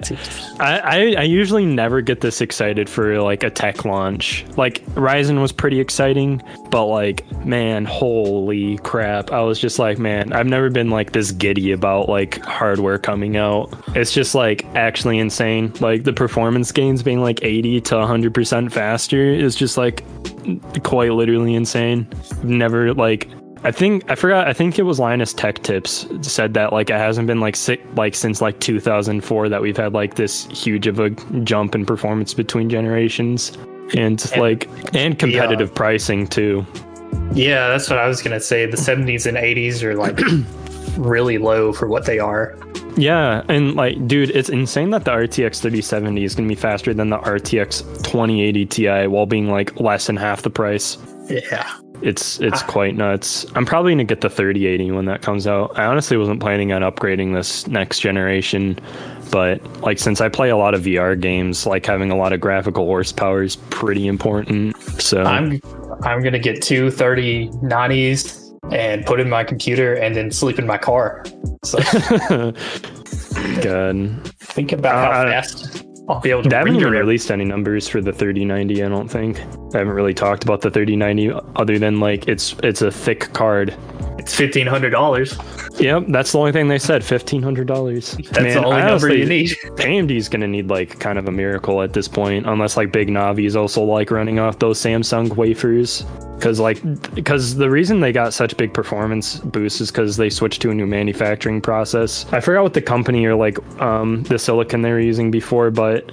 Speaker 4: I, I I usually never get this excited for like a tech launch. Like Ryzen was pretty exciting, but like man, holy crap! I was just like, man, I've never been like this giddy about like hardware coming out. It's just like actually insane. Like the performance gains being like 80 to 100% faster is just like quite literally insane. Never like I think I forgot. I think it was Linus Tech Tips said that like it hasn't been like si like since like 2004 that we've had like this huge of a jump in performance between generations, and, like and competitive pricing too.
Speaker 1: Yeah, that's what I was gonna say. The 70s and 80s are like [clears throat] really low for what they are.
Speaker 4: Yeah, and like, dude, it's insane that the RTX 3070 is gonna be faster than the RTX 2080 Ti while being like less than half the price.
Speaker 1: Yeah,
Speaker 4: It's
Speaker 1: Ah.
Speaker 4: it's quite nuts. I'm probably gonna get the 3080 when that comes out. I honestly wasn't planning on upgrading this next generation, but like since I play a lot of VR games, like having a lot of graphical horsepower is pretty important. So [laughs]
Speaker 1: I'm I'm gonna get two 30 90s and put in my computer and then sleep in my car. So
Speaker 4: good.
Speaker 1: think about how
Speaker 4: Uh,
Speaker 1: fast I'll be able to
Speaker 4: They haven't
Speaker 1: render
Speaker 4: even
Speaker 1: it.
Speaker 4: released any numbers for the 3090. I don't think. I haven't really talked about the 3090 other than like it's it's a thick card.
Speaker 1: It's fifteen hundred dollars.
Speaker 4: Yep, that's the only thing they said. Fifteen hundred dollars.
Speaker 1: That's the only number you need. [laughs]
Speaker 4: AMD's gonna need like kind of a miracle at this point, unless like Big Navi is also like running off those Samsung wafers. Because like, because the reason they got such big performance boosts is because they switched to a new manufacturing process. I forgot what the company or like um, the silicon they were using before, but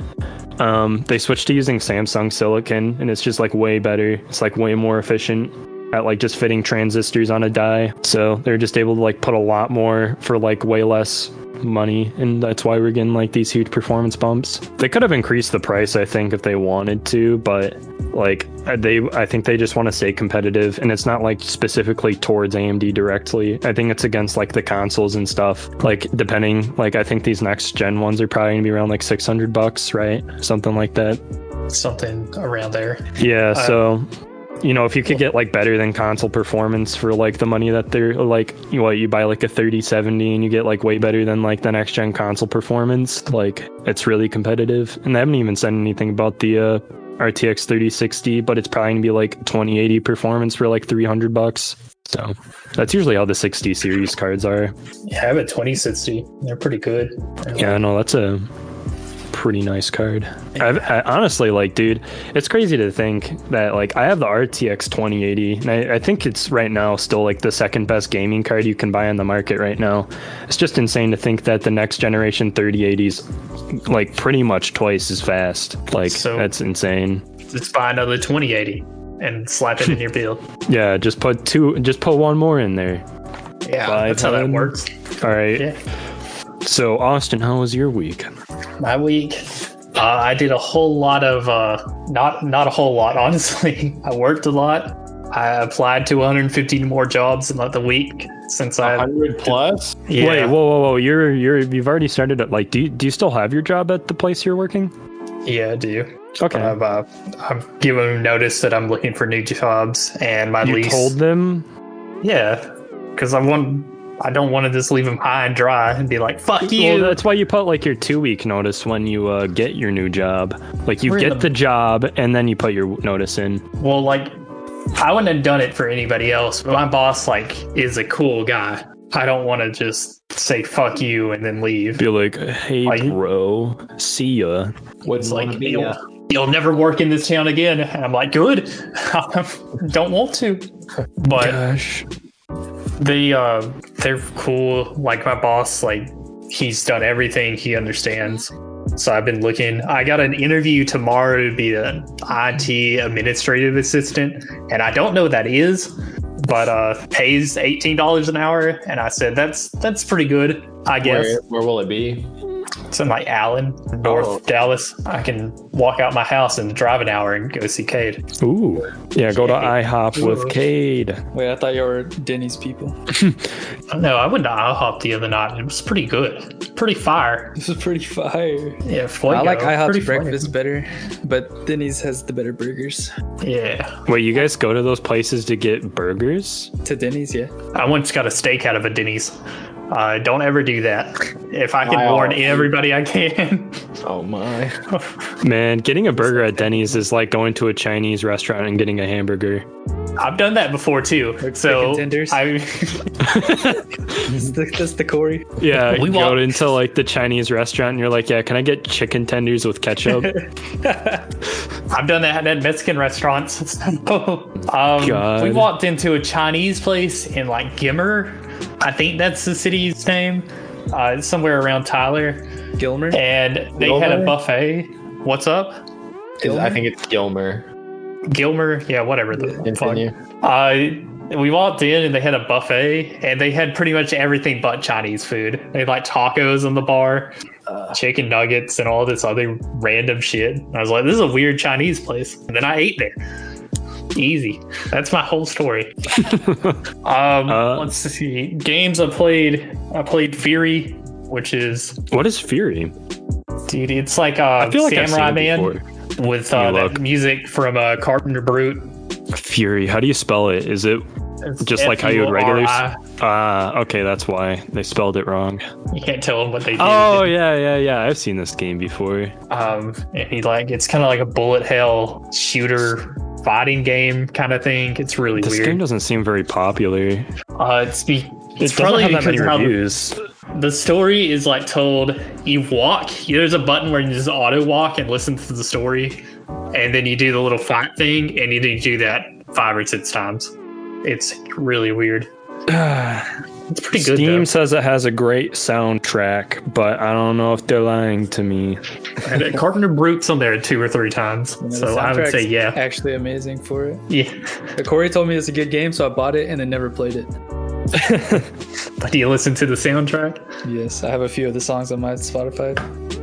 Speaker 4: um, they switched to using Samsung silicon, and it's just like way better. It's like way more efficient at like just fitting transistors on a die. So they're just able to like put a lot more for like way less money, and that's why we're getting like these huge performance bumps. They could have increased the price, I think, if they wanted to, but like uh, they i think they just want to stay competitive and it's not like specifically towards amd directly i think it's against like the consoles and stuff like depending like i think these next gen ones are probably gonna be around like 600 bucks right something like that
Speaker 1: Something around there.
Speaker 4: yeah
Speaker 1: Uh,
Speaker 4: so you know if you could get like better than console performance for like the money that they're like you what you buy like a 3070 and you get like way better than like the next gen console performance like it's really competitive and they haven't even said anything about the uh RTX 3060, but it's probably gonna be like 2080 performance for like 300 bucks. So that's usually how the 60 series cards are.
Speaker 1: Yeah, I have a twenty sixty. They're pretty good. They're
Speaker 4: Yeah, no, that's a pretty nice card. I, I honestly like, dude, it's crazy to think that like I have the RTX 2080, and I, I think it's right now still like the second best gaming card you can buy on the market right now. It's just insane to think that the next generation 3080s like pretty much twice as fast. Like
Speaker 1: So-
Speaker 4: that's insane.
Speaker 1: Just buy another 2080 and slap it in
Speaker 4: [laughs]
Speaker 1: your build.
Speaker 4: Yeah, just put two, just put one more in there.
Speaker 1: Yeah,
Speaker 4: Buy
Speaker 1: that's how that
Speaker 4: one.
Speaker 1: works.
Speaker 4: All right.
Speaker 1: Yeah.
Speaker 4: So Austin, how was your week?
Speaker 1: My week, uh, I did a whole lot of uh, not not a whole lot [laughs] honestly. I worked a lot. I applied to 115 more jobs in like the week since I.
Speaker 2: 100 plus?
Speaker 1: Yeah,
Speaker 4: Uh-huh. Wait, whoa, whoa, whoa! You're you're you've already started at like. Do you, do you still have your job at the place you're working?
Speaker 1: yeah, I do.
Speaker 4: Okay.
Speaker 1: I've uh, I've given them notice that I'm looking for new jobs and my
Speaker 4: you
Speaker 1: lease.
Speaker 4: told them.
Speaker 1: Yeah, because I want I don't want to just leave them high and dry and be like fuck
Speaker 4: Well,
Speaker 1: you.
Speaker 4: that's why you put like your two week notice when you uh, get your new job. Like you
Speaker 1: We're in
Speaker 4: get
Speaker 1: the-
Speaker 4: the job and then you put your notice in.
Speaker 1: Well, like, I wouldn't have done it for anybody else, but my boss, like, is a cool guy. I don't want to just say fuck you and then leave.
Speaker 4: Be like, hey,
Speaker 1: Are you-
Speaker 4: bro, see ya.
Speaker 1: It's
Speaker 2: What's
Speaker 1: like,
Speaker 2: uh,
Speaker 1: you'll, you'll never work in this town again. And I'm like, good. [laughs] don't want to. But
Speaker 4: Gosh.
Speaker 1: they, uh, they're cool. Like, my boss, like, he's done everything he understands. So I've been looking. I got an interview tomorrow to be an IT administrative assistant, and I don't know what that is, but uh pays eighteen dollars an hour. And I said that's that's pretty good, I guess.
Speaker 2: Where, where will it be?
Speaker 1: something like Allen, North
Speaker 2: Oh.
Speaker 1: Dallas, I can walk out my house and drive an hour and go see Cade.
Speaker 4: Ooh. Yeah, go to IHOP
Speaker 1: Ooh.
Speaker 4: with Cade.
Speaker 3: Wait, I thought you were Denny's people. [laughs]
Speaker 1: I don't know. I went to IHOP the other night. and It was pretty good. Pretty fire.
Speaker 3: This is pretty fire.
Speaker 1: Yeah, Fuego.
Speaker 3: I like
Speaker 1: Pretty
Speaker 3: IHOP's
Speaker 1: fire.
Speaker 3: breakfast better, but Denny's has the better burgers.
Speaker 1: Yeah.
Speaker 4: Wait, you guys go to those places to get burgers?
Speaker 3: To Denny's, yeah.
Speaker 1: I once got a steak out of a Denny's. Uh, don't ever do that. If I can
Speaker 2: Wow.
Speaker 1: warn everybody I can. [laughs]
Speaker 2: Oh my.
Speaker 4: Man, getting a burger at Denny's is like going to a Chinese restaurant and getting a hamburger. [laughs]
Speaker 1: I've done that before too.
Speaker 3: Like
Speaker 1: so
Speaker 3: chicken tenders?
Speaker 1: I, [laughs]
Speaker 3: That's the, that's the Corey.
Speaker 4: Yeah,
Speaker 1: [laughs] We
Speaker 4: you go
Speaker 1: walked-
Speaker 4: into like the Chinese restaurant and you're like, yeah, can I get chicken tenders
Speaker 1: [laughs]
Speaker 4: with ketchup?
Speaker 1: I've done that at Mexican restaurants. [laughs] So, um,
Speaker 4: God.
Speaker 1: we walked into a Chinese place in like Gimmer. I think that's the city's name. Uh, it's somewhere around Tyler.
Speaker 3: Gilmer.
Speaker 1: And they had a
Speaker 2: Gilmer?
Speaker 1: buffet. What's up?
Speaker 2: I think it's Gilmer.
Speaker 1: Gilmer? Yeah, whatever the fuck.
Speaker 2: Continue.
Speaker 1: Uh, we walked in and they had a buffet and they had pretty much everything but Chinese food. They had like tacos on the bar, chicken nuggets, and all this other random shit. I was like, this is a weird Chinese place. And then I ate there. Easy. That's my whole
Speaker 4: [laughs]
Speaker 1: story. um,
Speaker 4: Uh,
Speaker 1: let's see. Games I played. I played Fury, which is,
Speaker 4: what is Fury?
Speaker 1: dude, it's like a
Speaker 4: I feel like I've seen
Speaker 1: samurai
Speaker 4: it
Speaker 1: man
Speaker 4: before.
Speaker 1: with uh,
Speaker 4: You
Speaker 1: that
Speaker 4: look.
Speaker 1: music from uh, Carpenter Brute.
Speaker 4: Fury. How do you spell it? Is it
Speaker 1: It's
Speaker 4: just like how you would regularly?
Speaker 1: F-U-R-I.
Speaker 4: s- Ah, okay, that's why they spelled it wrong.
Speaker 1: You can't tell them what they do.
Speaker 4: Oh yeah, yeah, yeah. I've seen this game before.
Speaker 1: um and he like it's kind of like a bullet hell shooter fighting game kind of thing it's really
Speaker 4: This
Speaker 1: weird
Speaker 4: game doesn't seem very popular.
Speaker 1: uh it's be it's
Speaker 4: it
Speaker 1: probably
Speaker 4: doesn't have that many
Speaker 1: because how the,
Speaker 4: reviews.
Speaker 1: the story is like told you walk there's a button where you just auto walk and listen to the story and then you do the little fight thing and you need to do that five or six times it's really
Speaker 4: [sighs]
Speaker 1: weird it's pretty good
Speaker 4: Steam
Speaker 1: though.
Speaker 4: says it has a great soundtrack, but I don't know if they're lying to me.
Speaker 1: And carpenter brutes on there two or three times
Speaker 3: And the
Speaker 1: so i would say
Speaker 3: soundtrack's [laughs]
Speaker 1: yeah
Speaker 3: Actually amazing for it.
Speaker 1: yeah
Speaker 3: The Corey told me it's a good game, so I bought it and then never played it.
Speaker 1: but [laughs] do you listen to the soundtrack
Speaker 3: Yes, I have a few of the songs on my Spotify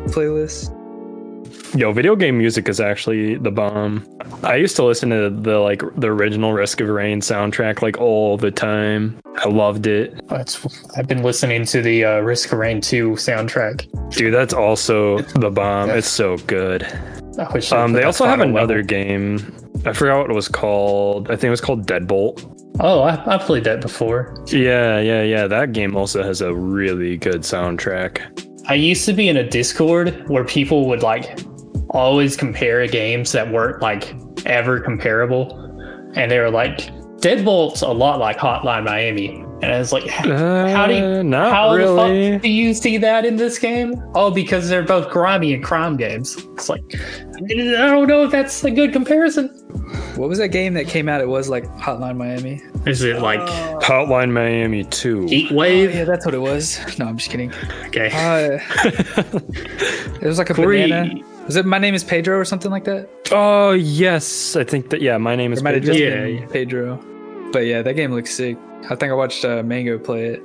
Speaker 3: playlist.
Speaker 4: Yo, video game music is actually the bomb. I used to listen to the like the original Risk of Rain soundtrack like all the time. I loved it.
Speaker 1: That's, Oh, I've been listening to the uh, Risk of Rain 2 soundtrack.
Speaker 4: Dude, that's also the bomb. It's so good.
Speaker 1: I wish
Speaker 4: Um, they also have
Speaker 1: Final
Speaker 4: another
Speaker 1: Level.
Speaker 4: game. I forgot what it was called. I think it was called Deadbolt.
Speaker 1: Oh, I, I played that before.
Speaker 4: Yeah, yeah, yeah. That game also has a really good soundtrack.
Speaker 1: I used to be in a Discord where people would like always compare games that weren't like ever comparable. And they were like, Deadbolt's a lot like Hotline Miami. And I was like, how do you,
Speaker 4: Uh, not
Speaker 1: how the
Speaker 4: really.
Speaker 1: fuck do you see that in this game? Oh, because they're both grimy and crime games. It's like, I don't know if that's a good comparison.
Speaker 3: What was that game that came out? It was like Hotline Miami. Oh,
Speaker 1: Is it like
Speaker 4: Oh. Hotline Miami 2.
Speaker 1: Heat Wave?
Speaker 3: Oh, Yeah, that's what it was. No, I'm just kidding.
Speaker 1: Okay.
Speaker 3: [laughs] Uh, it was like a
Speaker 1: Corey-
Speaker 3: banana. Was it My Name is Pedro or something like that?
Speaker 4: Oh, yes. I think that, yeah, my name is
Speaker 3: It might have
Speaker 4: Pedro.
Speaker 3: just
Speaker 1: Yeah,
Speaker 3: been
Speaker 1: yeah.
Speaker 3: Pedro. But yeah, that game looks sick. I think I watched uh, Mango play it.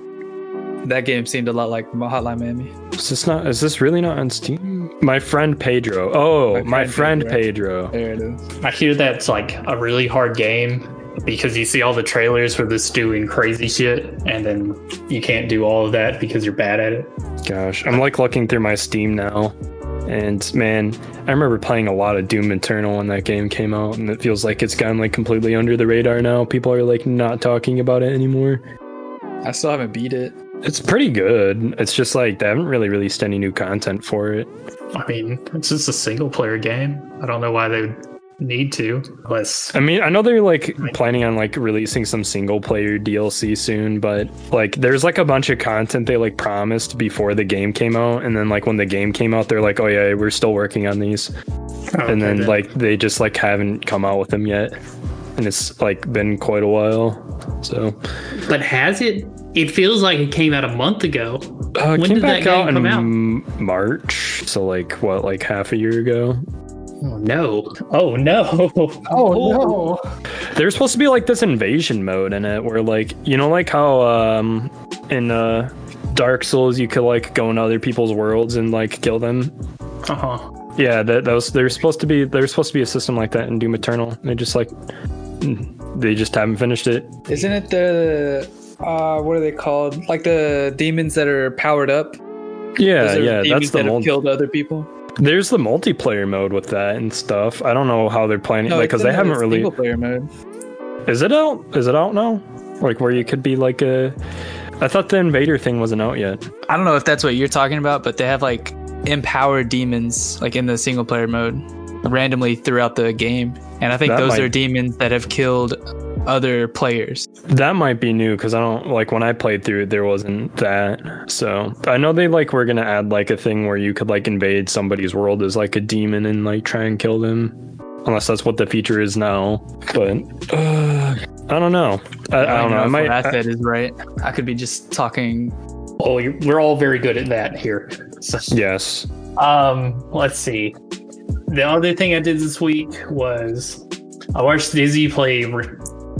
Speaker 3: That game seemed a lot like Ma- Hotline Miami.
Speaker 4: Is this not? Is this really not on Steam? My friend Pedro. Oh,
Speaker 3: My
Speaker 4: my,
Speaker 3: friend
Speaker 4: friend, Pedro.
Speaker 3: There it is.
Speaker 1: I hear that's like a really hard game because you see all the trailers for this doing crazy shit, and then you can't do all of that because you're bad at it.
Speaker 4: Gosh, I'm like looking through my Steam now, and man, I remember playing a lot of Doom Eternal when that game came out, and it feels like it's gone like completely under the radar now. People are like not talking about it anymore.
Speaker 3: I still haven't beat it.
Speaker 4: It's pretty good. It's just like they haven't really released any new content for it.
Speaker 1: I mean, it's just a single player game. I don't know why they would need to, unless
Speaker 4: I mean, I know they're like planning on like releasing some single player DLC soon, but like there's like a bunch of content they like promised before the game came out, and then like when the game came out, they're like, oh yeah, we're still working on these, and then like they just like haven't come out with them yet, and it's like been quite a while. So
Speaker 1: but has it? It feels like it came out a month ago.
Speaker 4: uh, it
Speaker 1: When
Speaker 4: came
Speaker 1: did that
Speaker 4: back out
Speaker 1: game
Speaker 4: in
Speaker 1: come out?
Speaker 4: M- March, so like what, like half a year ago.
Speaker 1: Oh no! Oh no! Oh no!
Speaker 4: There's supposed to be like this invasion mode in it where like you know like how um in uh Dark Souls, you could like go in other people's worlds and like kill them.
Speaker 1: Uh huh.
Speaker 4: Yeah, that, that was there's supposed to be there's supposed to be a system like that in Doom Eternal. They just like mm, they just haven't finished it.
Speaker 3: Isn't it the uh, what are they called? Like the demons that are powered up.
Speaker 4: Yeah,
Speaker 3: Those are
Speaker 4: yeah,
Speaker 3: demons
Speaker 4: that's the
Speaker 3: that have
Speaker 4: mul-
Speaker 3: killed other people.
Speaker 4: there's the multiplayer mode with that and stuff. I don't know how they're planning
Speaker 3: No,
Speaker 4: like because
Speaker 3: it's
Speaker 4: they
Speaker 3: in the
Speaker 4: haven't really
Speaker 3: single player mode.
Speaker 4: is it out is it out now like where you could be like a. I thought the invader thing wasn't out yet.
Speaker 3: I don't know if that's what you're talking about, but they have like empowered demons like in the single player mode randomly throughout the game. And I think
Speaker 4: That
Speaker 3: those
Speaker 4: might-
Speaker 3: are demons that have killed other players.
Speaker 4: That might be new because I don't like when I played through it, there wasn't that. So I know they like were gonna add like a thing where you could like invade somebody's world as like a demon and like try and kill them, unless that's what the feature is now. But uh, I don't know. I, I don't know. I
Speaker 3: if
Speaker 4: might.
Speaker 3: what I
Speaker 4: I,
Speaker 3: said is right. I could be just talking.
Speaker 1: Well, we- Oh, we're all very good at that here. So,
Speaker 4: yes.
Speaker 1: um, let's see. The other thing I did this week was I watched Dizzy play R-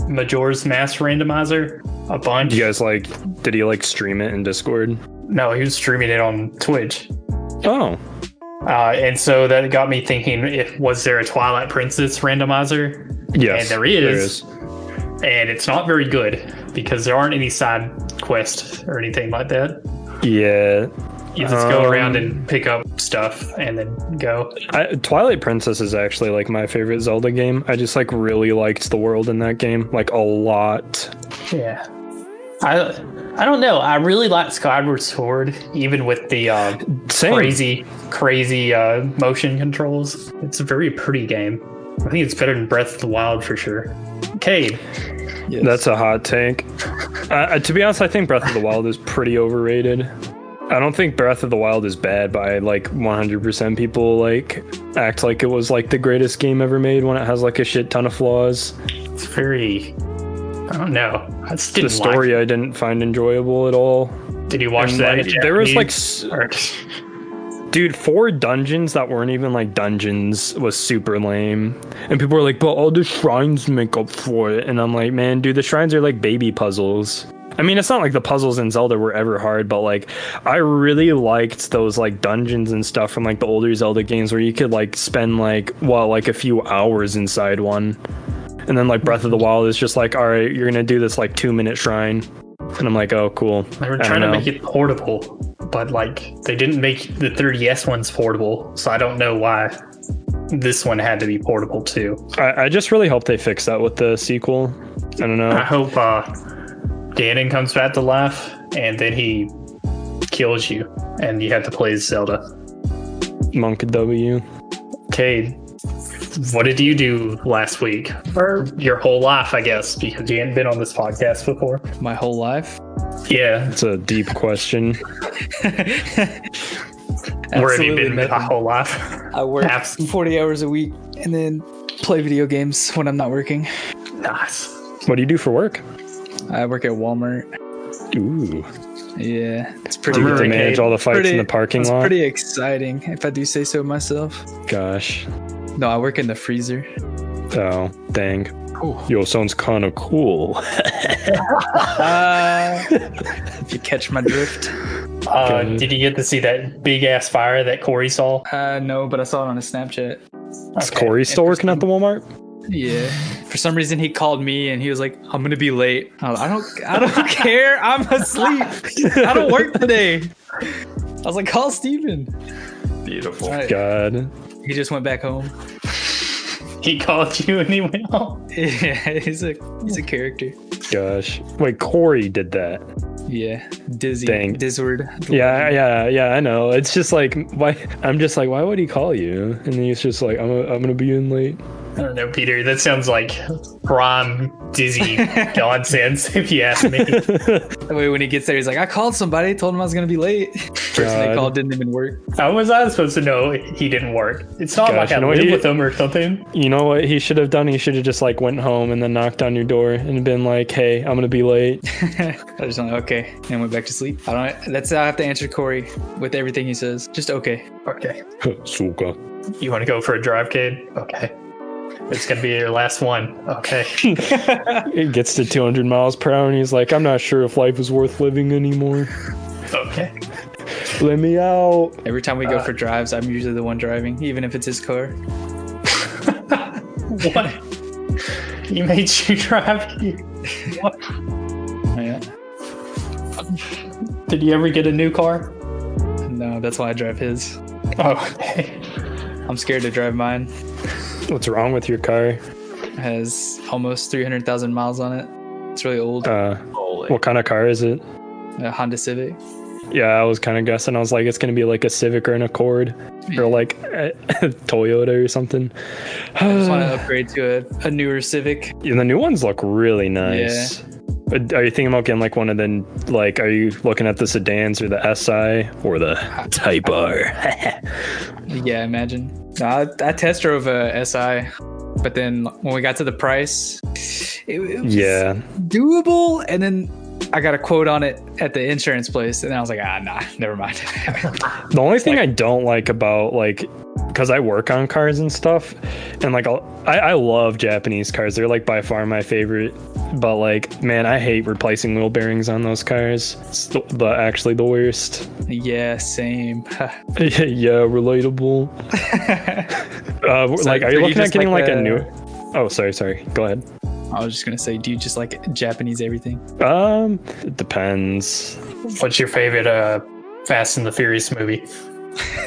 Speaker 1: Majora's Mask Randomizer a bunch.
Speaker 4: You guys like? Did he like stream it in Discord?
Speaker 1: No, he was streaming it on Twitch.
Speaker 4: Oh,
Speaker 1: Uh, and so that got me thinking: if was there a Twilight Princess randomizer?
Speaker 4: yes.
Speaker 1: And there he is. And it's not very good because there aren't any side quests or anything like that.
Speaker 4: Yeah.
Speaker 1: You just go
Speaker 4: Um,
Speaker 1: around and pick up stuff and then go.
Speaker 4: I, Twilight Princess is actually like my favorite Zelda game. I just like really liked the world in that game like a lot.
Speaker 1: Yeah. I I don't know. I really like Skyward Sword, even with the uh,
Speaker 4: Same.
Speaker 1: crazy crazy uh, motion controls. It's a very pretty game. I think it's better than Breath of the Wild for sure. Cade,
Speaker 4: That's a hot take. Uh, uh, to be honest, I think Breath of the Wild is pretty overrated. I don't think Breath of the Wild is bad, but I, like 100% people like act like it was like the greatest game ever made when it has like a shit ton of flaws.
Speaker 1: it's very. I don't know. I just
Speaker 4: The
Speaker 1: didn't like
Speaker 4: story I didn't find enjoyable at all.
Speaker 1: it. Did you watch
Speaker 4: And,
Speaker 1: that?
Speaker 4: like,
Speaker 1: in
Speaker 4: there was like,
Speaker 1: Japanese?
Speaker 4: s-
Speaker 1: Or-
Speaker 4: dude, four dungeons that weren't even like dungeons was super lame, and people were like, "But all the shrines make up for it," and I'm like, "Man, dude, the shrines are like baby puzzles." I mean, it's not like the puzzles in Zelda were ever hard, but like, I really liked those like dungeons and stuff from like the older Zelda games where you could like spend like well like a few hours inside one, and then like Breath of the Wild is just like, all right, you're gonna do this like two minute shrine, and I'm like, oh cool.
Speaker 1: They were
Speaker 4: I don't
Speaker 1: trying to
Speaker 4: know.
Speaker 1: make it portable, but like they didn't make the 3DS ones portable, so I don't know why this one had to be portable too.
Speaker 4: I, I just really hope they fix that with the sequel. I don't
Speaker 1: I
Speaker 3: Ah.
Speaker 4: know.
Speaker 1: hope uh Ganon comes back to life and then he kills you and you have to play as Zelda.
Speaker 4: Monk W.
Speaker 1: Cade, what did you do last week? Or your whole life, I guess, because you hadn't been on this podcast before.
Speaker 3: My whole life.
Speaker 1: Yeah.
Speaker 4: It's a deep question.
Speaker 1: Where have you [laughs]
Speaker 3: Absolutely
Speaker 1: been my
Speaker 3: nothing.
Speaker 1: whole life?
Speaker 3: I work [laughs]
Speaker 1: Abs-
Speaker 3: 40 hours a week and then play video games when I'm not working.
Speaker 1: Nice.
Speaker 4: What do you do for work?
Speaker 3: I work at Walmart.
Speaker 4: Ooh.
Speaker 3: Yeah, it's
Speaker 4: Do
Speaker 3: pretty
Speaker 4: you get to
Speaker 1: Remember,
Speaker 4: manage
Speaker 1: Gabe,
Speaker 4: all the fights in the
Speaker 3: pretty-
Speaker 4: parking
Speaker 3: It's
Speaker 4: lot?
Speaker 3: pretty exciting, if I do say so myself.
Speaker 4: Gosh.
Speaker 3: No, I work in the freezer.
Speaker 4: Oh, dang. Yo, sounds kind of cool.
Speaker 3: [laughs] Uh, if you catch my drift.
Speaker 1: Uh,
Speaker 4: Okay.
Speaker 1: did you get to see that big ass fire that Corey saw? [laughs]
Speaker 3: Uh, no, but I saw it on a Snapchat.
Speaker 4: Is Corey still working at the Walmart?
Speaker 3: Yeah. For some reason, he called me and he was like, "I'm gonna be late." I was like, I don't, I [laughs] don't care. I'm asleep. I don't work today. I was like, "Call Steven.
Speaker 2: Beautiful.
Speaker 3: All right.
Speaker 4: God.
Speaker 3: He just went back home. [laughs]
Speaker 1: He called you and he went home.
Speaker 3: Yeah, he's a he's a character.
Speaker 4: Gosh. Wait, Corey did that.
Speaker 3: Yeah, dizzy,
Speaker 4: Dang.
Speaker 3: dizzard.
Speaker 4: Yeah, yeah, yeah, I know. It's just like, why? I'm just like, why would he call you? And he's just like, I'm, i I'm going to be in late. [laughs]
Speaker 1: I don't know, Peter. That sounds like prime [laughs] dizzy nonsense, if you ask me.
Speaker 3: That way, when he gets there, he's like, "I called somebody, told him I was gonna be late." [laughs] Person they
Speaker 4: God.
Speaker 3: called didn't even work.
Speaker 1: How was I supposed to know he didn't work? It's not
Speaker 4: Gosh,
Speaker 1: like I
Speaker 4: you know what
Speaker 1: lived
Speaker 4: he-
Speaker 1: with him or something.
Speaker 4: You know what he should have done? He should have just like went home and then knocked on your door and been like, "Hey, I'm gonna be late."
Speaker 3: I was like, "Okay," and went back to sleep. I don't. That's how I have to answer Corey with everything he says. Just okay.
Speaker 1: Okay.
Speaker 4: Suka.
Speaker 1: You want to go for a drive, kid? Okay. It's going to be your last one. [laughs] Okay.
Speaker 4: It gets to 200 miles per hour and he's like, "I'm not sure if life is worth living anymore."
Speaker 1: Okay.
Speaker 4: Let me out.
Speaker 3: Every time we go for drives, I'm usually the one driving, even if it's his car.
Speaker 1: What? He made you [laughs] drive here. What?
Speaker 3: Yeah.
Speaker 1: Did you ever get a new car?
Speaker 3: No, that's why I drive his.
Speaker 1: Oh, okay.
Speaker 3: I'm scared to drive mine.
Speaker 4: What's wrong with your car?
Speaker 3: It has almost 300,000 miles on it. It's really old.
Speaker 4: Uh,
Speaker 2: Holy.
Speaker 4: what kind of car is it?
Speaker 3: A Honda Civic.
Speaker 4: Yeah, I was kind of guessing. I was like, it's gonna be like a Civic or an Accord, or like a [laughs] Toyota or something.
Speaker 3: I just
Speaker 4: [sighs]
Speaker 3: want to upgrade to a, a newer Civic.
Speaker 4: Yeah, the new ones look really nice. Uh, Are you thinking about getting like one of the like? Are you looking at the sedans or the SI or the Type R?
Speaker 3: Yeah, imagine. No, I, I test drove a SI, but then when we got to the price, it, it was
Speaker 4: [laughs] yeah,
Speaker 3: doable. And then I got a quote on it at the insurance place, and I was like, ah, nah, [laughs] never mind.
Speaker 4: The only thing I don't like about like because I work on cars and stuff, and like I'll- I, I love Japanese cars. They're like by far my favorite. But like, man, I hate replacing wheel bearings on those cars. It's the, the actually the worst.
Speaker 3: yeah, same. [laughs] So,
Speaker 4: [laughs] yeah, [laughs] relatable. Uh, like, are
Speaker 3: do
Speaker 4: you looking
Speaker 3: just
Speaker 4: at getting like, a
Speaker 3: uh,
Speaker 4: new? Oh, sorry, sorry. Go ahead.
Speaker 3: I was just gonna say, do you just like Japanese everything?
Speaker 4: Um, it depends.
Speaker 1: What's your favorite uh, Fast and the Furious movie?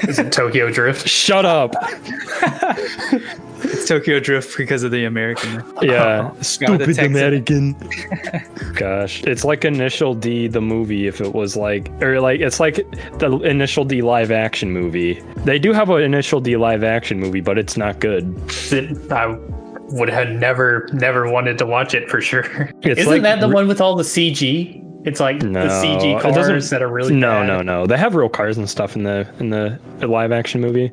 Speaker 1: Is [laughs] it Tokyo Drift?
Speaker 4: Shut [laughs] up.
Speaker 3: It's Tokyo Drift because of the American.
Speaker 4: Yeah,
Speaker 3: the
Speaker 4: stupid
Speaker 3: Texan.
Speaker 4: [laughs] American. Gosh, it's like Initial D the movie if it was like or like it's like the Initial D live action movie. They do have an Initial D live action movie, but it's not good.
Speaker 1: That I would have never, never wanted to watch it for sure.
Speaker 4: [laughs] It's
Speaker 1: Isn't
Speaker 4: like
Speaker 1: that the
Speaker 4: re-
Speaker 1: one with all the CG? It's like
Speaker 4: No,
Speaker 1: the CG
Speaker 4: it doesn't-
Speaker 1: cars that are really
Speaker 4: no,
Speaker 1: bad.
Speaker 4: no, no. They have real cars and stuff in the in the live action movie,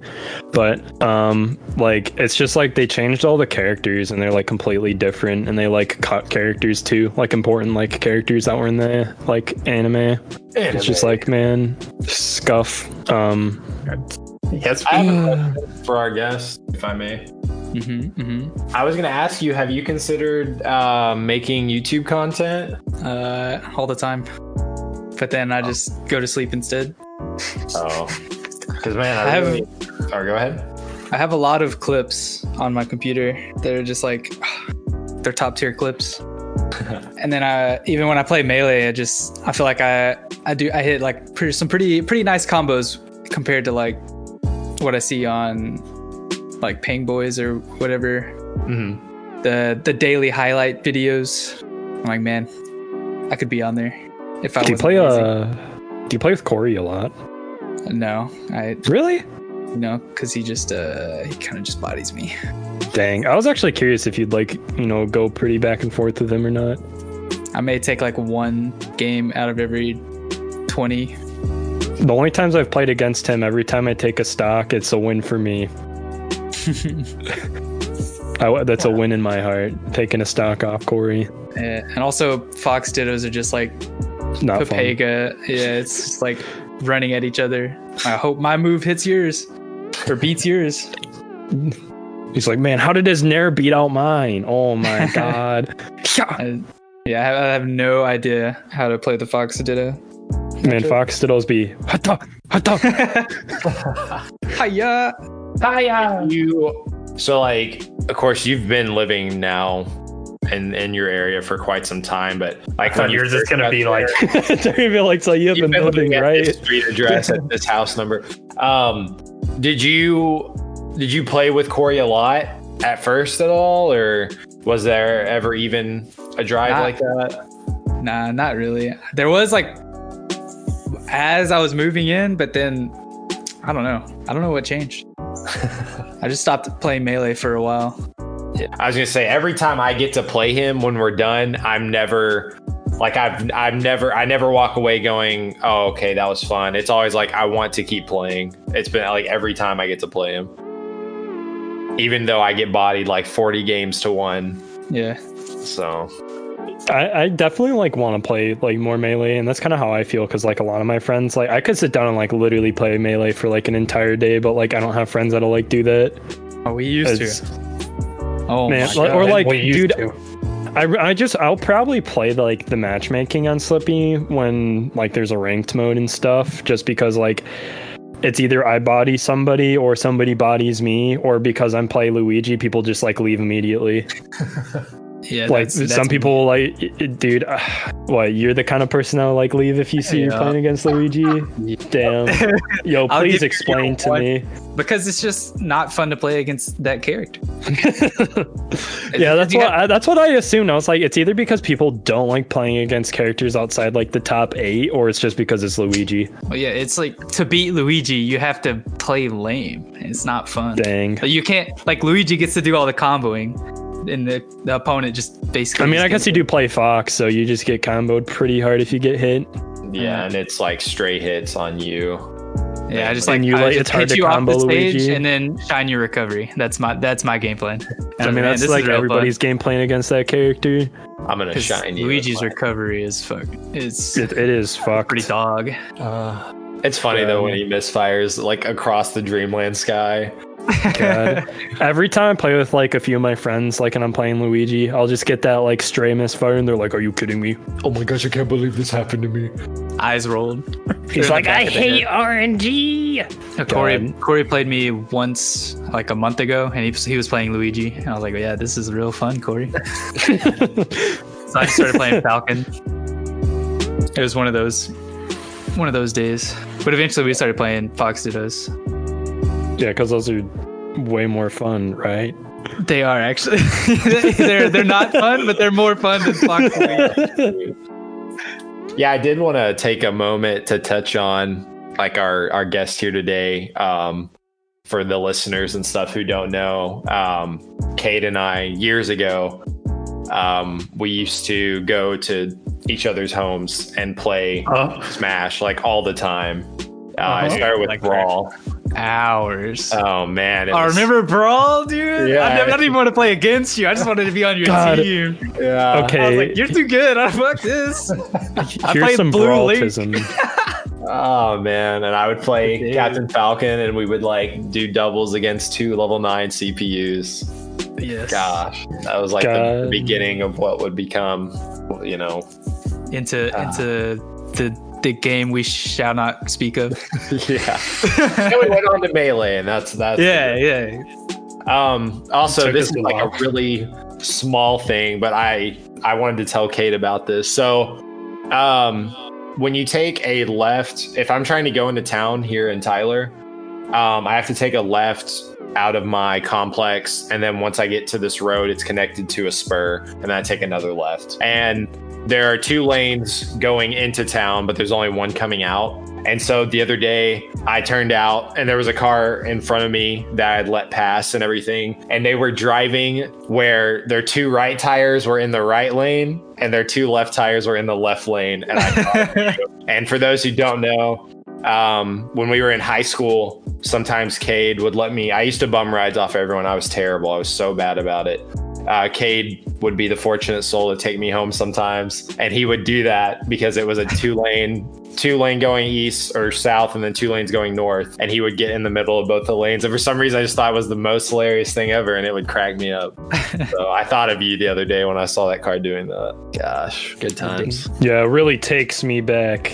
Speaker 4: but um, like it's just like they changed all the characters and they're like completely different, and they like cut characters too, like important like characters that were in the like anime. It's just like, man, scuff. Um,
Speaker 1: Yes,
Speaker 2: I have
Speaker 4: uh.
Speaker 2: a question for our guest, if I may.
Speaker 3: Mm-hmm, mm-hmm.
Speaker 2: I was going to ask you, have you considered uh, making YouTube content?
Speaker 3: Uh, all the time. But then I just go to sleep instead.
Speaker 2: Oh, because man,
Speaker 3: I
Speaker 2: I,
Speaker 3: have-
Speaker 2: really. Sorry, go ahead.
Speaker 3: I have a lot of clips on my computer. They're just like, [sighs] they're top tier
Speaker 4: [laughs]
Speaker 3: clips. and then I, even when I play melee, I just I feel like I I do I hit like pretty, some pretty pretty nice combos compared to like what I see on like Pang Boys or whatever
Speaker 2: Mm-hmm.
Speaker 3: the the daily highlight videos. I'm like, man, I could be on there if I
Speaker 4: do you
Speaker 3: was
Speaker 4: play uh, do you play with Corey a lot?
Speaker 3: no, I
Speaker 4: Really?
Speaker 3: you know because he just uh he kind of just bodies me.
Speaker 4: Dang, I was actually curious if you'd like you know go pretty back and forth with him or not.
Speaker 3: I may take like one game out of every 20.
Speaker 4: The only times I've played against him, every time I take a stock, it's a win
Speaker 3: [laughs]
Speaker 4: for me. I, that's a win in my heart. Taking a stock off Corey,
Speaker 3: Uh, and also, Fox Dittos are just like
Speaker 4: not fun.
Speaker 3: Papega. Yeah, it's just like running at each other. I hope my move hits yours or beats yours.
Speaker 4: He's like, man, how did his Nair beat out mine? Oh
Speaker 3: [laughs]
Speaker 4: my god,
Speaker 3: I, Uh, yeah, I have, I have no idea how to play the Fox Ditto.
Speaker 4: man, Fox Diddles be [laughs] hot dog, hot dog.
Speaker 3: [laughs] Hiya!
Speaker 1: Hiya.
Speaker 2: You. So, like, of course, you've been living now in in your area for quite some time, but like
Speaker 1: So yours is gonna be like
Speaker 4: They're gonna be like, so you've
Speaker 2: you've
Speaker 4: been living,
Speaker 2: living at
Speaker 4: right?
Speaker 2: this street address at this house number. Um, did you did you play with Corey a lot at first at all, or was there ever even a drive
Speaker 3: Nah.
Speaker 2: like that?
Speaker 3: Nah, not really. There was like as I was moving in, but then I don't know. I don't know what changed. I just stopped playing melee for a while.
Speaker 2: I was gonna say every time I get to play him when we're done, I'm never like I've I've never I never walk away going, oh okay, that was fun. It's always like I want to keep playing. It's been like every time I get to play him. Even though I get bodied like 40 games to one.
Speaker 3: Yeah.
Speaker 2: So
Speaker 4: I, I definitely like want to play like more melee, and that's kind of how I feel because like a lot of my friends, like I could sit down and like literally play melee for like an entire day, but like I don't have friends that'll like do that.
Speaker 3: Oh, we used
Speaker 4: It's-
Speaker 3: to. Oh
Speaker 4: man,
Speaker 3: my
Speaker 4: like-
Speaker 3: God.
Speaker 4: or like,
Speaker 1: we used
Speaker 4: dude,
Speaker 1: to.
Speaker 4: I, I just I'll probably play the, like the matchmaking on Slippy when like there's a ranked mode and stuff, just because like it's either I body somebody or somebody bodies me, or because I'm play Luigi, people just like leave immediately.
Speaker 3: Yeah,
Speaker 4: like
Speaker 3: that's- that's-
Speaker 4: some people like, "Y- y- dude, uh, what you're the kind of person that will like leave if you see you're
Speaker 3: Yeah.
Speaker 4: playing
Speaker 3: [laughs]
Speaker 4: against Luigi. Damn, yo,
Speaker 3: I'll
Speaker 4: please
Speaker 3: give you
Speaker 4: explain to
Speaker 3: one.
Speaker 4: me.
Speaker 3: because it's just not fun to play against that
Speaker 4: [laughs]
Speaker 3: character.
Speaker 4: yeah, that's
Speaker 3: You
Speaker 4: what
Speaker 3: got-
Speaker 4: I, that's what I assumed. I was like, it's either because people don't like playing against characters outside like the top eight, or it's just because it's Luigi.
Speaker 3: Well, Oh, yeah, it's like to beat Luigi, you have to play lame. It's not fun.
Speaker 4: Dang.
Speaker 3: Like, You can't like Luigi gets to do all the comboing, and the, the opponent just basically.
Speaker 4: I mean,
Speaker 3: just
Speaker 4: I guess
Speaker 3: gets-
Speaker 4: you do play Fox, so you just get comboed pretty hard if you get hit.
Speaker 2: Yeah, and it's like stray hits on you.
Speaker 3: Yeah, I just
Speaker 4: and
Speaker 3: like
Speaker 4: you,
Speaker 3: I
Speaker 4: like,
Speaker 3: just
Speaker 4: it's hard
Speaker 3: hit
Speaker 4: to
Speaker 3: you off
Speaker 4: combo
Speaker 3: the stage
Speaker 4: Luigi.
Speaker 3: and then shine your recovery. That's my that's my game plan.
Speaker 4: I mean, that's like everybody's game plan against that character.
Speaker 2: I'm gonna shine you.
Speaker 3: Luigi's
Speaker 2: It's
Speaker 3: recovery is fuck. It's
Speaker 4: It,
Speaker 3: [laughs]
Speaker 4: it is fucked.
Speaker 3: pretty dog.
Speaker 2: like- Uh, it's funny though when he misfires like across the dreamland sky.
Speaker 4: God. Every time I play with like a few of my friends, like, and I'm playing Luigi, I'll just get that like stray misfire, and they're like, "Are you kidding me?"
Speaker 2: Oh my gosh, I can't believe this happened to me.
Speaker 3: Eyes rolled.
Speaker 4: He's
Speaker 3: the
Speaker 4: like,
Speaker 3: back
Speaker 4: "I
Speaker 3: of the
Speaker 4: hate RNG."
Speaker 3: Corey
Speaker 4: God.
Speaker 3: Corey played me once like a month ago, and he was, he was playing Luigi, and I was like, yeah, this is real fun, [laughs] Corey. so I just started playing Falcon. It was one of those one of those days, but eventually we started playing Fox Dittos.
Speaker 4: Yeah, because those are way more
Speaker 3: [laughs]
Speaker 4: fun, right?
Speaker 3: They are actually. [laughs] they're they're not fun, but they're more fun than Fox League.
Speaker 2: Yeah, I did want to take a moment to touch on like our our guest here today. Um, for the listeners and stuff who don't know, um, Kate and I years ago, um, we used to go to each other's homes and play
Speaker 1: Oh,
Speaker 2: Smash like all the time. Uh, I
Speaker 3: Uh-huh.
Speaker 2: started with
Speaker 3: Like
Speaker 2: Brawl.
Speaker 3: Hours.
Speaker 4: Uh,
Speaker 2: Oh man, it
Speaker 3: I
Speaker 2: was-
Speaker 3: remember Brawl, dude.
Speaker 2: Yeah.
Speaker 3: I, never, I didn't even want to play against you. I just wanted to be on your
Speaker 4: God.
Speaker 3: team.
Speaker 2: Yeah.
Speaker 3: I was
Speaker 4: Okay,
Speaker 3: like, you're too good. I fuck
Speaker 4: [laughs]
Speaker 3: this.
Speaker 4: here's
Speaker 3: played
Speaker 4: some
Speaker 3: Blue Link.
Speaker 4: brawltism.
Speaker 2: Oh man, and I would play
Speaker 3: Dude.
Speaker 2: Captain Falcon, and we would like do doubles against two level nine CPUs.
Speaker 3: Yes.
Speaker 2: gosh that was like the
Speaker 4: God.
Speaker 2: beginning of what would become
Speaker 1: [laughs]
Speaker 2: you know
Speaker 3: Into
Speaker 2: Ah.
Speaker 3: into the the game we shall not
Speaker 2: [laughs]
Speaker 3: speak of.
Speaker 2: yeah and we went on to melee and that's that's
Speaker 3: yeah, yeah.
Speaker 2: um also
Speaker 1: Took
Speaker 2: this
Speaker 1: us
Speaker 2: is
Speaker 1: a
Speaker 2: like
Speaker 1: while.
Speaker 2: a really small thing but i i wanted to tell kate about this so um when you take a left if i'm trying to go into town here in tyler um i have to take a left out of my complex and then once i get to this road it's connected to a spur and then i take another left and there are two lanes going into town, but there's only one coming out. And so the other day, I turned out and there was a car in front of me that I'd let pass and everything. And they were driving where their two right tires were in the right lane and their two left tires were in the left lane. And, I, and for those who don't know, um, when we were in high school, sometimes Cade would let me. I used to bum rides off everyone. I was terrible. I was so bad about it uh, Cade would be the fortunate soul to take me home sometimes, and he would do that because it was a two lane, two lane going east or south, and then two lanes going north, and he would get in the middle of both the lanes. And for some reason, I just thought it was the most hilarious thing ever, and it would crack me up. so I thought of you the other day when I saw that car doing that. Gosh, good times.
Speaker 4: yeah, it really takes me back.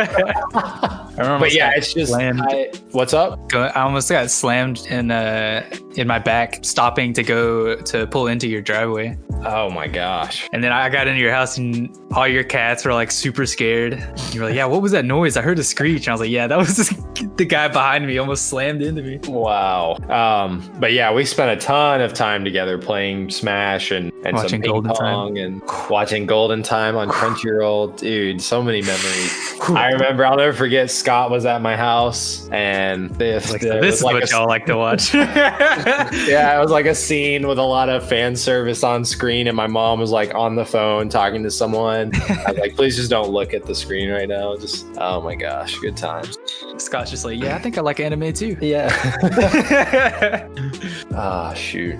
Speaker 3: I remember
Speaker 2: But yeah, it's just
Speaker 3: Slammed.
Speaker 2: I- what's up?
Speaker 3: go- I almost got slammed in uh in my back stopping to go to pull into your driveway.
Speaker 2: Oh my gosh.
Speaker 3: And then I got into your house and all your cats were like super scared. You were like, yeah, what was that noise? I heard a screech. And I was like, yeah, that was [laughs] the guy behind me almost slammed into me.
Speaker 2: Wow. Um, but yeah, we spent a ton of time together playing Smash and, and
Speaker 3: Watching
Speaker 2: some ping
Speaker 3: Golden Time.
Speaker 2: pong and watching Golden Time on Crunchyroll. Dude, so many memories. I remember I'll never forget Scott was at my house and this,
Speaker 3: Like,
Speaker 2: there was
Speaker 3: this is
Speaker 2: like
Speaker 3: what
Speaker 2: a-
Speaker 3: y'all like to watch. yeah.
Speaker 2: [laughs] yeah, it was like a scene with a lot of fan service on screen, and my mom was like on the phone talking to
Speaker 3: [laughs]
Speaker 2: someone. I was like, please just don't look at the screen right now. Just oh my gosh, good times.
Speaker 3: Scott's just like, yeah, I think I like anime too. [laughs]
Speaker 2: Yeah. [laughs] Ah, shoot.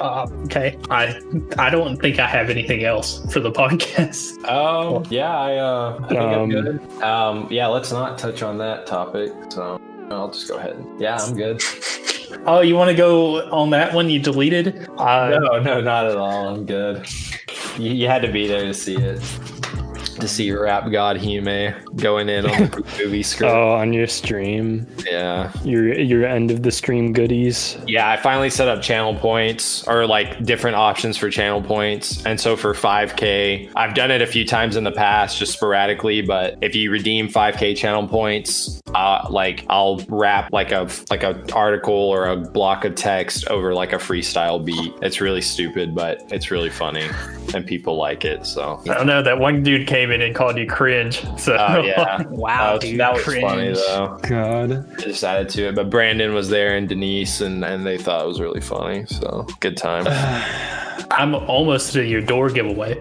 Speaker 1: uh, okay. I I don't think I have anything else for the [laughs] podcast.
Speaker 2: Oh yeah, I, uh, I think I'm
Speaker 4: Um,
Speaker 2: good. Um, yeah, let's not touch on that topic. So I'll just go ahead. Yeah, I'm good.
Speaker 1: Oh, you want to go on that one you deleted? Uh,
Speaker 2: No, [laughs] no, not at all. I'm good. You, you had to be there to see it. To see rap god Hime going in on the movie script.
Speaker 4: Oh, on your stream,
Speaker 2: Yeah.
Speaker 4: your your end of the stream goodies.
Speaker 2: Yeah, I finally set up channel points or like different options for channel points. And so for 5K, I've done it a few times in the past, just sporadically. But if you redeem 5K channel points, uh, like I'll wrap like a like a article or a block of text over like a freestyle beat. It's really stupid, but it's really funny, and people like it. So.
Speaker 1: I don't know. That one dude came in and called you cringe. So
Speaker 2: Oh
Speaker 5: [laughs]
Speaker 2: yeah,
Speaker 5: Wow,
Speaker 2: that was,
Speaker 5: dude,
Speaker 2: that was
Speaker 5: cringe.
Speaker 2: funny though.
Speaker 4: God,
Speaker 2: I just added to it, but Brandon was there and Denise, and and they thought it was really funny. So good time.
Speaker 1: [laughs]
Speaker 5: [laughs]
Speaker 1: I'm almost to your door giveaway.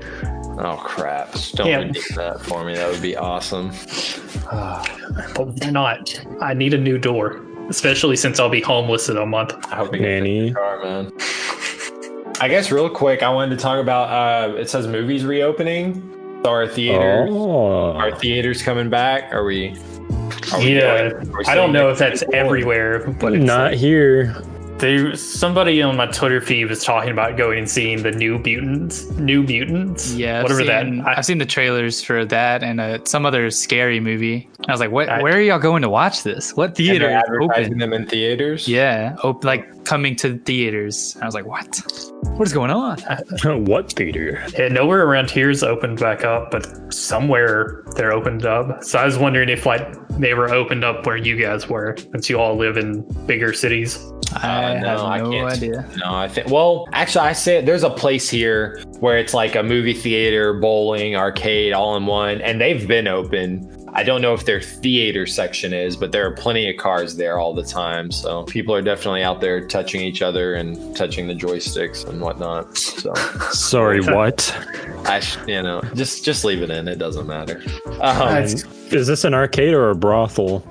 Speaker 2: Oh crap! Just Don't
Speaker 1: Yeah.
Speaker 2: redeem that for me. That would be awesome.
Speaker 1: But why not? I need a new door, especially since I'll be homeless in a month.
Speaker 2: I hope you get
Speaker 4: nanny.
Speaker 2: the car, man. I guess real quick, I wanted to talk about. Uh, it says movies reopening. So our theaters,
Speaker 4: Oh,
Speaker 2: our theaters coming back. Are we? Are we
Speaker 1: yeah,
Speaker 2: going- are we
Speaker 1: I don't
Speaker 2: staying
Speaker 1: know
Speaker 2: there?
Speaker 1: if that's everywhere, but it's
Speaker 4: not
Speaker 1: like-
Speaker 4: here. [laughs]
Speaker 1: they, somebody on my Twitter feed was talking about going and seeing the new mutants, new mutants,
Speaker 3: Yeah, I've
Speaker 1: whatever
Speaker 3: seen-
Speaker 1: that. I-
Speaker 3: I've seen the trailers for that and uh, some other scary movie. I was like, "What?
Speaker 1: I-
Speaker 3: where are y'all going to watch this? What
Speaker 2: And
Speaker 3: theater
Speaker 2: they're
Speaker 3: is
Speaker 2: advertising
Speaker 3: open?"
Speaker 2: them in theaters.
Speaker 3: Yeah, op- like coming to theaters. I was like, "What? What is going on?"
Speaker 4: what theater?
Speaker 1: Yeah, nowhere around here is opened back up, but somewhere they're opened up. So I was wondering if like they were opened up where you guys were, since you all live in bigger cities.
Speaker 3: I
Speaker 2: no, I
Speaker 3: have no
Speaker 2: can't.
Speaker 3: idea.
Speaker 2: No, I think. Well, actually, I say there's a place here where it's like a movie theater, bowling, arcade, all in one, and they've been open. I don't know if their theater section is, but there are plenty of cars there all the time. So people are definitely out there touching each other and touching the joysticks and whatnot. So
Speaker 4: [laughs] Sorry, what?
Speaker 2: I, sh- you know, just just leave it in. It doesn't matter. Um,
Speaker 1: That's-
Speaker 4: Is this an arcade or a brothel?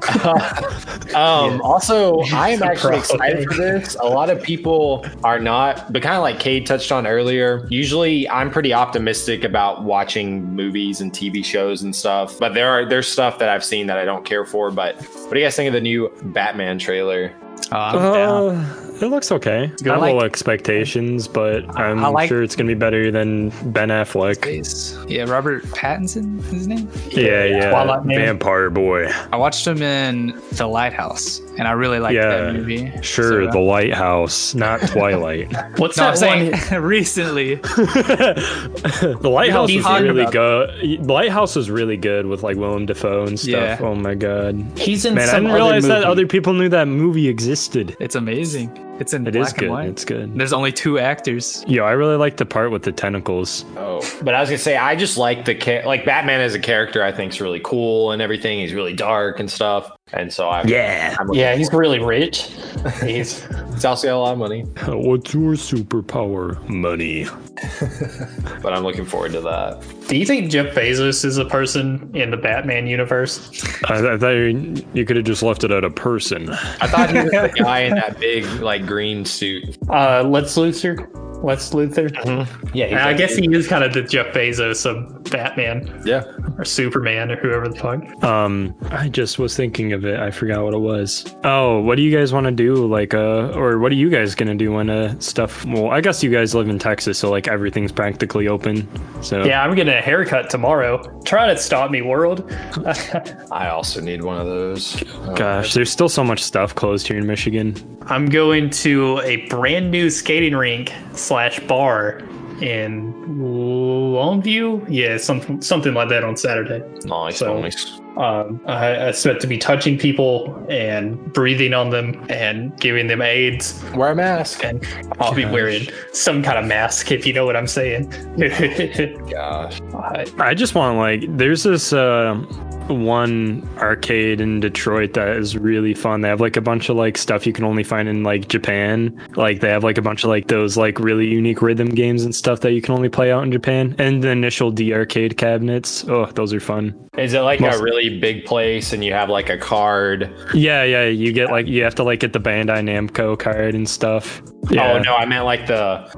Speaker 2: Um,
Speaker 1: [laughs]
Speaker 2: Also, I am actually
Speaker 1: Bro,
Speaker 2: excited for this. A lot of people are not, but kind of like Cade touched on earlier. Usually, I'm pretty optimistic about watching movies and TV shows and stuff. But there are there's stuff that I've seen that I don't care for. But what do you guys think of the new Batman trailer?
Speaker 3: Oh, I'm down.
Speaker 4: Uh, it looks okay. I
Speaker 3: good.
Speaker 4: have
Speaker 3: I like-
Speaker 4: low expectations, but I'm
Speaker 3: I like-
Speaker 4: sure it's gonna be better than Ben Affleck.
Speaker 3: Please. Yeah, Robert Pattinson is his name.
Speaker 4: Yeah, yeah,
Speaker 1: Twilight Man.
Speaker 4: vampire boy.
Speaker 3: I watched him in The Lighthouse, and I really liked
Speaker 4: Yeah,
Speaker 3: that movie.
Speaker 4: Sure,
Speaker 3: So,
Speaker 4: the lighthouse, not
Speaker 3: [laughs]
Speaker 4: Twilight.
Speaker 1: What's
Speaker 3: no, I'm
Speaker 1: that one?
Speaker 3: saying [laughs] recently.
Speaker 4: the lighthouse
Speaker 1: keep
Speaker 4: is
Speaker 1: talking
Speaker 4: really
Speaker 1: about
Speaker 4: good. The lighthouse is really good with like Willem Dafoe and stuff.
Speaker 3: Yeah.
Speaker 4: Oh my god,
Speaker 1: He's in
Speaker 4: man! I
Speaker 1: some
Speaker 4: didn't
Speaker 1: other
Speaker 4: realize that
Speaker 1: movie.
Speaker 4: other people knew that movie existed.
Speaker 3: It's amazing. It's in
Speaker 4: It
Speaker 3: black
Speaker 4: is
Speaker 3: and
Speaker 4: good.
Speaker 3: white.
Speaker 4: It's good.
Speaker 3: There's only two actors.
Speaker 4: Yo, I really like the part with the tentacles.
Speaker 2: Oh, but I was gonna say I just like the cha- like Batman as a character. I think's really cool and everything. He's really dark and stuff. And so I
Speaker 4: Yeah.
Speaker 2: I'm
Speaker 1: Yeah, he's really rich. He's
Speaker 2: He's also got a lot of money.
Speaker 4: What's your superpower? Money.
Speaker 2: But I'm looking forward to that.
Speaker 1: Do you think Jeff Bezos is a person in the Batman universe?
Speaker 4: I, I thought you, you could have just left it at a person.
Speaker 2: I thought he was [laughs] the guy in that big like green suit.
Speaker 1: Uh, Lex Luthor. Lex Luthor.
Speaker 2: Yeah, he's
Speaker 1: And I
Speaker 2: like-
Speaker 1: guess he is kind of the Jeff Bezos of Batman
Speaker 2: Yeah.
Speaker 1: or Superman or whoever the fuck.
Speaker 4: Um, I just was thinking of it. I forgot what it was. Oh, what do you guys want to do? Like, uh, or what are you guys gonna do when uh stuff? Well, I guess you guys live in Texas, so like everything's practically open. So
Speaker 1: Yeah, I'm getting a haircut tomorrow. Try to stop me, world.
Speaker 2: I also need one of those. Oh,
Speaker 4: gosh, there's still so much stuff closed here in Michigan.
Speaker 1: I'm going to a brand new skating rink slash bar in Longview. Yeah, something something like that on Saturday.
Speaker 2: Nice,
Speaker 1: So-
Speaker 2: nice.
Speaker 1: Um, I, I expect to be touching people and breathing on them and giving them AIDS,
Speaker 2: Wear a mask.
Speaker 1: and I'll be
Speaker 4: Gosh.
Speaker 1: wearing some kind of mask if you know what I'm
Speaker 3: [laughs]
Speaker 1: saying.
Speaker 2: Gosh.
Speaker 4: I just want like there's this uh one arcade in Detroit that is really fun. They have like a bunch of like stuff you can only find in like Japan. Like they have like a bunch of like those like really unique rhythm games and stuff that you can only play out in Japan. And the initial D arcade cabinets. Oh, those are fun.
Speaker 2: Is it like
Speaker 4: Must-
Speaker 2: a really big place and you have like a card?
Speaker 4: Yeah, yeah. You get like you have to like get the Bandai Namco card and stuff. Yeah.
Speaker 2: Oh no, I meant like the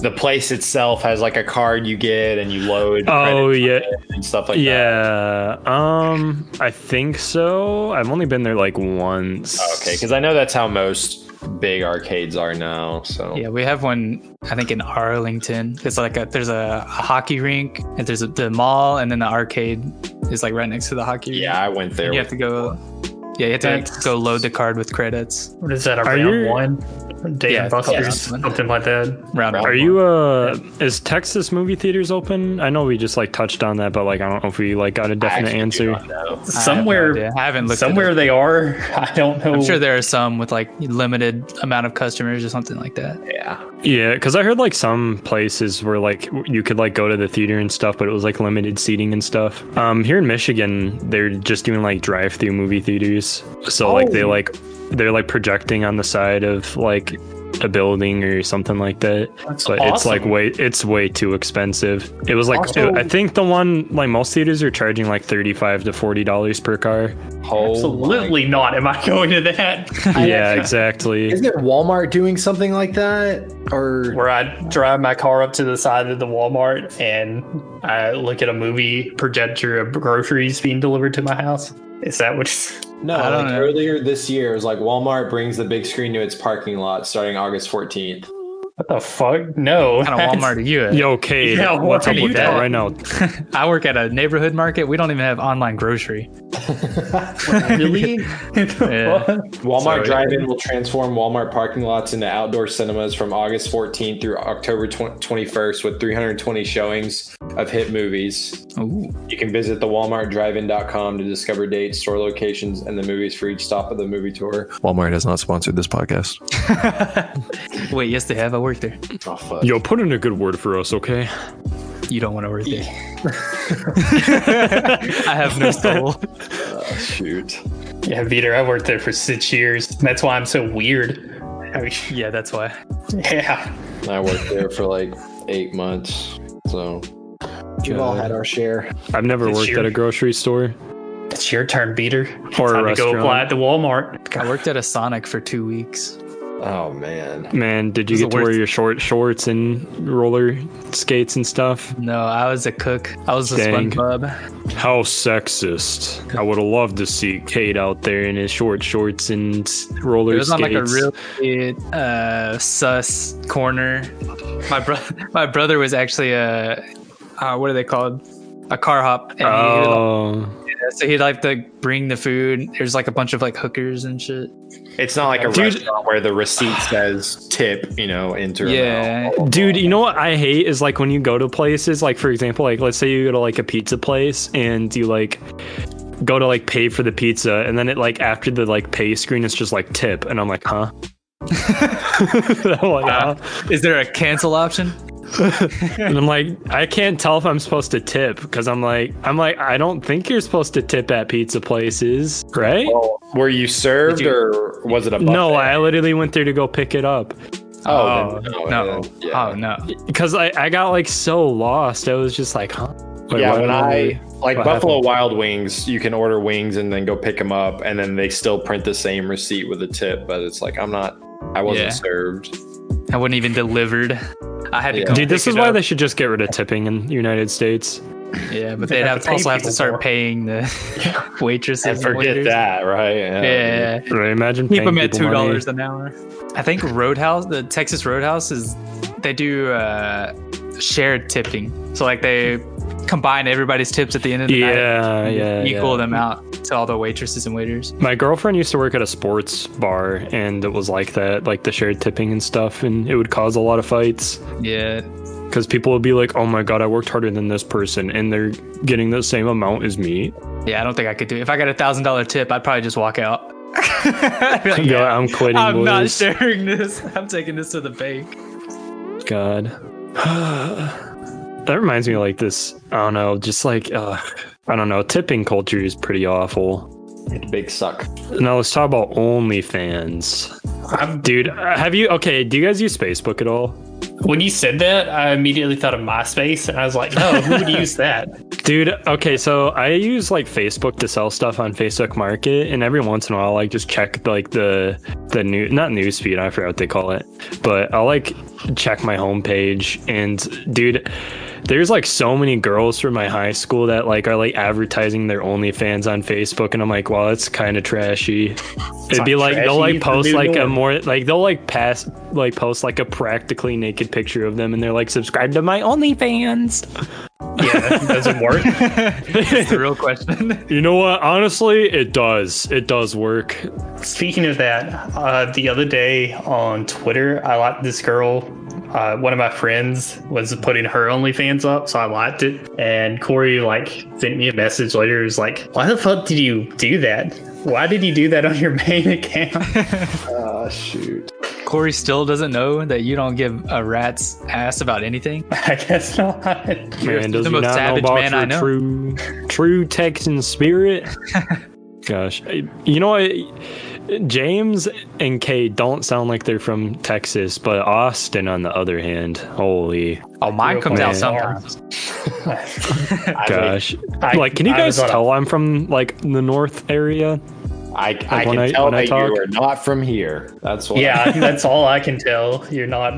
Speaker 2: the place itself has like a card you get and you load
Speaker 4: Oh,
Speaker 2: credits on
Speaker 4: yeah.
Speaker 2: it and stuff like that.
Speaker 4: Yeah. Um I think so. I've only been there like once.
Speaker 2: Oh, Okay, because I know that's how most big arcades are now. So
Speaker 3: Yeah, we have one. I think in Arlington, it's like a there's a, a hockey rink, and there's a, the mall, and then the arcade is like right next to the hockey. rink.
Speaker 2: yeah, I went there.
Speaker 3: you
Speaker 2: with-
Speaker 3: have to go. Yeah, you have to like,
Speaker 1: That's-
Speaker 3: go load the card with credits.
Speaker 1: What is that?
Speaker 4: Are
Speaker 1: Around
Speaker 4: you-
Speaker 1: one? Dave
Speaker 3: Yeah,
Speaker 1: and Buster's,
Speaker 3: yeah.
Speaker 1: something like that.
Speaker 3: Round
Speaker 2: Round
Speaker 3: one.
Speaker 4: Are you uh is Texas movie theaters open? I know we just like touched on that, but like I don't know if we like got a
Speaker 2: I
Speaker 4: definite
Speaker 2: actually do
Speaker 4: answer.
Speaker 2: not know.
Speaker 3: I have no idea.
Speaker 1: Somewhere,
Speaker 3: I haven't looked.
Speaker 1: somewhere
Speaker 3: Somewhere.
Speaker 1: they are. [laughs] I don't know.
Speaker 3: I'm sure there are some with like limited amount of customers or something like that.
Speaker 2: Yeah.
Speaker 4: Yeah, because I heard like some places where like you could like go to the theater and stuff, but it was like limited seating and stuff. Um, here in Michigan, they're just doing like drive-through movie theaters. So like
Speaker 1: Oh.
Speaker 4: they like they're like projecting on the side of like a building or something like that.
Speaker 1: That's
Speaker 4: but it's like
Speaker 1: awesome.
Speaker 4: way it's way too expensive. It was like
Speaker 1: Also-
Speaker 4: I think the one like most theaters are charging like thirty-five to forty dollars per
Speaker 1: [laughs]
Speaker 4: car. [laughs]
Speaker 2: Oh
Speaker 1: Absolutely not. Am I going to that?
Speaker 3: [laughs]
Speaker 4: yeah, exactly.
Speaker 2: Isn't it Walmart doing something like that? Or
Speaker 1: Where I drive my car up to the side of the Walmart and I look at a movie projector of groceries being delivered to my house. Is that what? [laughs]
Speaker 2: no,
Speaker 3: I don't
Speaker 2: like
Speaker 3: know.
Speaker 2: earlier this year it was like Walmart brings the big screen to its parking lot starting August 14th.
Speaker 1: What the fuck? No.
Speaker 3: Kind of Walmart are you at?
Speaker 4: Yo, Cade,
Speaker 1: Yeah,
Speaker 4: what's
Speaker 1: why
Speaker 4: up
Speaker 1: are
Speaker 4: with
Speaker 1: you
Speaker 4: that
Speaker 1: down?
Speaker 4: right now?
Speaker 3: I work at a neighborhood market. We don't even have online grocery. [laughs]
Speaker 1: really?
Speaker 3: Yeah.
Speaker 2: Walmart
Speaker 3: Sorry.
Speaker 2: Drive-In will transform Walmart parking lots into outdoor cinemas from August 14th through October 20- 21st with 320 showings of hit movies.
Speaker 3: Ooh.
Speaker 2: You can visit the walmartdrivein.com to discover dates, store locations, and the movies for each stop of the movie tour. Walmart has not sponsored this podcast.
Speaker 3: Wait, yes, they have. I work there.
Speaker 2: Oh, fuck.
Speaker 4: Yo, put in a good word for us, okay?
Speaker 3: You don't want to work there. [laughs] I have no soul.
Speaker 2: Shoot.
Speaker 1: yeah, Peter, I worked there for six years. That's why I'm so weird. I mean,
Speaker 3: Yeah, that's why.
Speaker 1: [laughs] yeah.
Speaker 2: I worked there for like eight months. So we've all had our share.
Speaker 4: I've never
Speaker 1: It's
Speaker 4: worked
Speaker 1: your-
Speaker 4: at a grocery store
Speaker 1: It's your turn, Peter.
Speaker 4: or a
Speaker 1: Time to go apply
Speaker 4: restaurant.
Speaker 1: at the Walmart.
Speaker 3: I worked at a Sonic for two weeks.
Speaker 2: Oh, man.
Speaker 4: Man, did you
Speaker 3: It's the
Speaker 4: get to wear
Speaker 3: worst.
Speaker 4: your short shorts and roller skates and stuff?
Speaker 3: No, I was a cook. I was a
Speaker 4: Dang.
Speaker 3: SpongeBob.
Speaker 4: How sexist! I would have loved to see Cade out there in his short shorts and s- roller
Speaker 3: It was on
Speaker 4: skates.
Speaker 3: like a really uh, sus corner. My bro- [laughs] my brother was actually a uh, what are they called? A car hop. And he- he, would-
Speaker 4: Oh,
Speaker 3: so he'd like to bring the food. There's like a bunch of like hookers and shit.
Speaker 2: It's not like a
Speaker 4: Dude-
Speaker 2: restaurant where the receipt says tip, you know, enter. amount.
Speaker 3: Yeah.
Speaker 4: dude, you know what I hate is like when you go to places. Like for example, like let's say you go to like a pizza place and you like go to like pay for the pizza, and then it like after the like pay screen, it's just like tip, and I'm like, huh? [laughs] I'm like, huh?
Speaker 3: Is there a cancel option?
Speaker 4: and I'm like, I can't tell if I'm supposed to tip because I'm like, I'm like, I don't think you're supposed to tip at pizza places, right?
Speaker 2: Well, were you served
Speaker 3: Did you-
Speaker 2: or was it a buffet?
Speaker 4: No, I literally went there to go pick it up
Speaker 2: Oh, then no,
Speaker 3: no.
Speaker 2: then, yeah.
Speaker 3: Oh no.
Speaker 4: because I, I got like so lost. I was just like, huh? Wait,
Speaker 2: yeah,
Speaker 4: what
Speaker 2: when
Speaker 4: am
Speaker 2: I like
Speaker 4: what
Speaker 2: Buffalo
Speaker 4: happened?
Speaker 2: Wild Wings, you can order wings and then go pick them up, and then they still print the same receipt with a tip. But it's like I'm not, I wasn't
Speaker 3: Yeah.
Speaker 2: served.
Speaker 3: I wasn't even delivered. I had to
Speaker 2: Yeah.
Speaker 3: come.
Speaker 4: Dude, this
Speaker 3: pick
Speaker 4: is
Speaker 3: it
Speaker 4: why
Speaker 3: up.
Speaker 4: they should just get rid of tipping in the United States.
Speaker 3: Yeah, but
Speaker 1: They
Speaker 3: they'd
Speaker 1: have
Speaker 3: have
Speaker 1: to pay
Speaker 3: also have to
Speaker 1: people
Speaker 3: start
Speaker 1: more.
Speaker 3: paying [laughs] the waitresses.
Speaker 2: I
Speaker 3: and
Speaker 2: forget
Speaker 3: waiters.
Speaker 2: that, right?
Speaker 3: Yeah.
Speaker 4: Right? Imagine
Speaker 3: Keep
Speaker 4: paying
Speaker 3: them at
Speaker 4: people
Speaker 3: two
Speaker 4: money.
Speaker 3: dollars an hour. I think Roadhouse, the Texas Roadhouse, is they do uh, shared tipping. So like they combine everybody's tips at the end of the night,
Speaker 4: Yeah, yeah.
Speaker 3: equal
Speaker 4: yeah.
Speaker 3: them out to all the waitresses and waiters.
Speaker 4: My girlfriend used to work at a sports bar, and it was like that, like the shared tipping and stuff, and it would cause a lot of fights.
Speaker 3: Yeah,
Speaker 4: because people will be like, "Oh my god, I worked harder than this person, and they're getting the same amount as me."
Speaker 3: yeah. I don't think I could do. it. If I got a thousand dollar tip, I'd probably just walk out. [laughs] I'd be like,
Speaker 4: Yo,
Speaker 3: "Yeah,
Speaker 4: I'm quitting.
Speaker 3: I'm not
Speaker 4: boys."
Speaker 3: sharing this. [laughs] I'm taking this to the bank.
Speaker 4: God, [sighs] that reminds me of like this. I don't know, just like uh, I don't know, tipping culture is pretty awful.
Speaker 2: yeah. Big suck.
Speaker 4: Now let's talk about OnlyFans,
Speaker 1: I'm,
Speaker 4: dude. uh, Have you okay? Do you guys use Facebook at all,
Speaker 1: when you said that, I immediately thought of MySpace, and I was like, no, who would use that?
Speaker 4: dude? Okay, so I use like Facebook to sell stuff on Facebook Market, and every once in a while, like just check like the the new not newsfeed. I forgot what they call it. but I'll like check my homepage and dude, There's like so many girls from my high school that like are like advertising their OnlyFans on Facebook, and I'm like, well, that's kind of trashy. It'd be
Speaker 1: not
Speaker 4: like
Speaker 1: trashy,
Speaker 4: they'll like
Speaker 1: it's the
Speaker 4: post
Speaker 1: new
Speaker 4: like a
Speaker 1: norm.
Speaker 4: more like they'll like pass like post like a practically naked picture of them, and they're like, subscribe to my OnlyFans.
Speaker 1: Yeah, doesn't work.
Speaker 3: That's the real question.
Speaker 4: You know what? Honestly, it does. It does work.
Speaker 1: Speaking of that, uh, the other day on Twitter, I liked this girl. Uh, one of my friends was putting her OnlyFans up, so I liked it. And Corey like sent me a message later. He was like, "Why the fuck did you do that? Why did you do that on your [laughs] main account?"
Speaker 2: Oh, shoot.
Speaker 3: Corey still doesn't know that you don't give a rat's ass about
Speaker 1: [laughs]
Speaker 3: anything.
Speaker 1: I guess not.
Speaker 3: You're
Speaker 4: Man, does
Speaker 3: the
Speaker 4: he
Speaker 3: most
Speaker 4: not know
Speaker 3: savage
Speaker 4: about
Speaker 3: man
Speaker 4: your
Speaker 3: I know.
Speaker 4: true, true Texan spirit? Gosh, I- you know what? James and Kay don't sound like they're from Texas, but Austin, on the other hand, holy
Speaker 3: Oh, mine comes out
Speaker 4: Man.
Speaker 3: sometimes.
Speaker 2: I,
Speaker 4: gosh!
Speaker 1: I-
Speaker 4: like, can you
Speaker 1: I
Speaker 4: guys
Speaker 1: was on a-
Speaker 4: tell I'm from like the North area?
Speaker 2: I, I
Speaker 4: when
Speaker 2: can
Speaker 4: I-
Speaker 2: tell
Speaker 4: when I
Speaker 2: that you
Speaker 4: talk-
Speaker 2: are not from here. That's why.
Speaker 1: yeah, that's all I can tell. You're not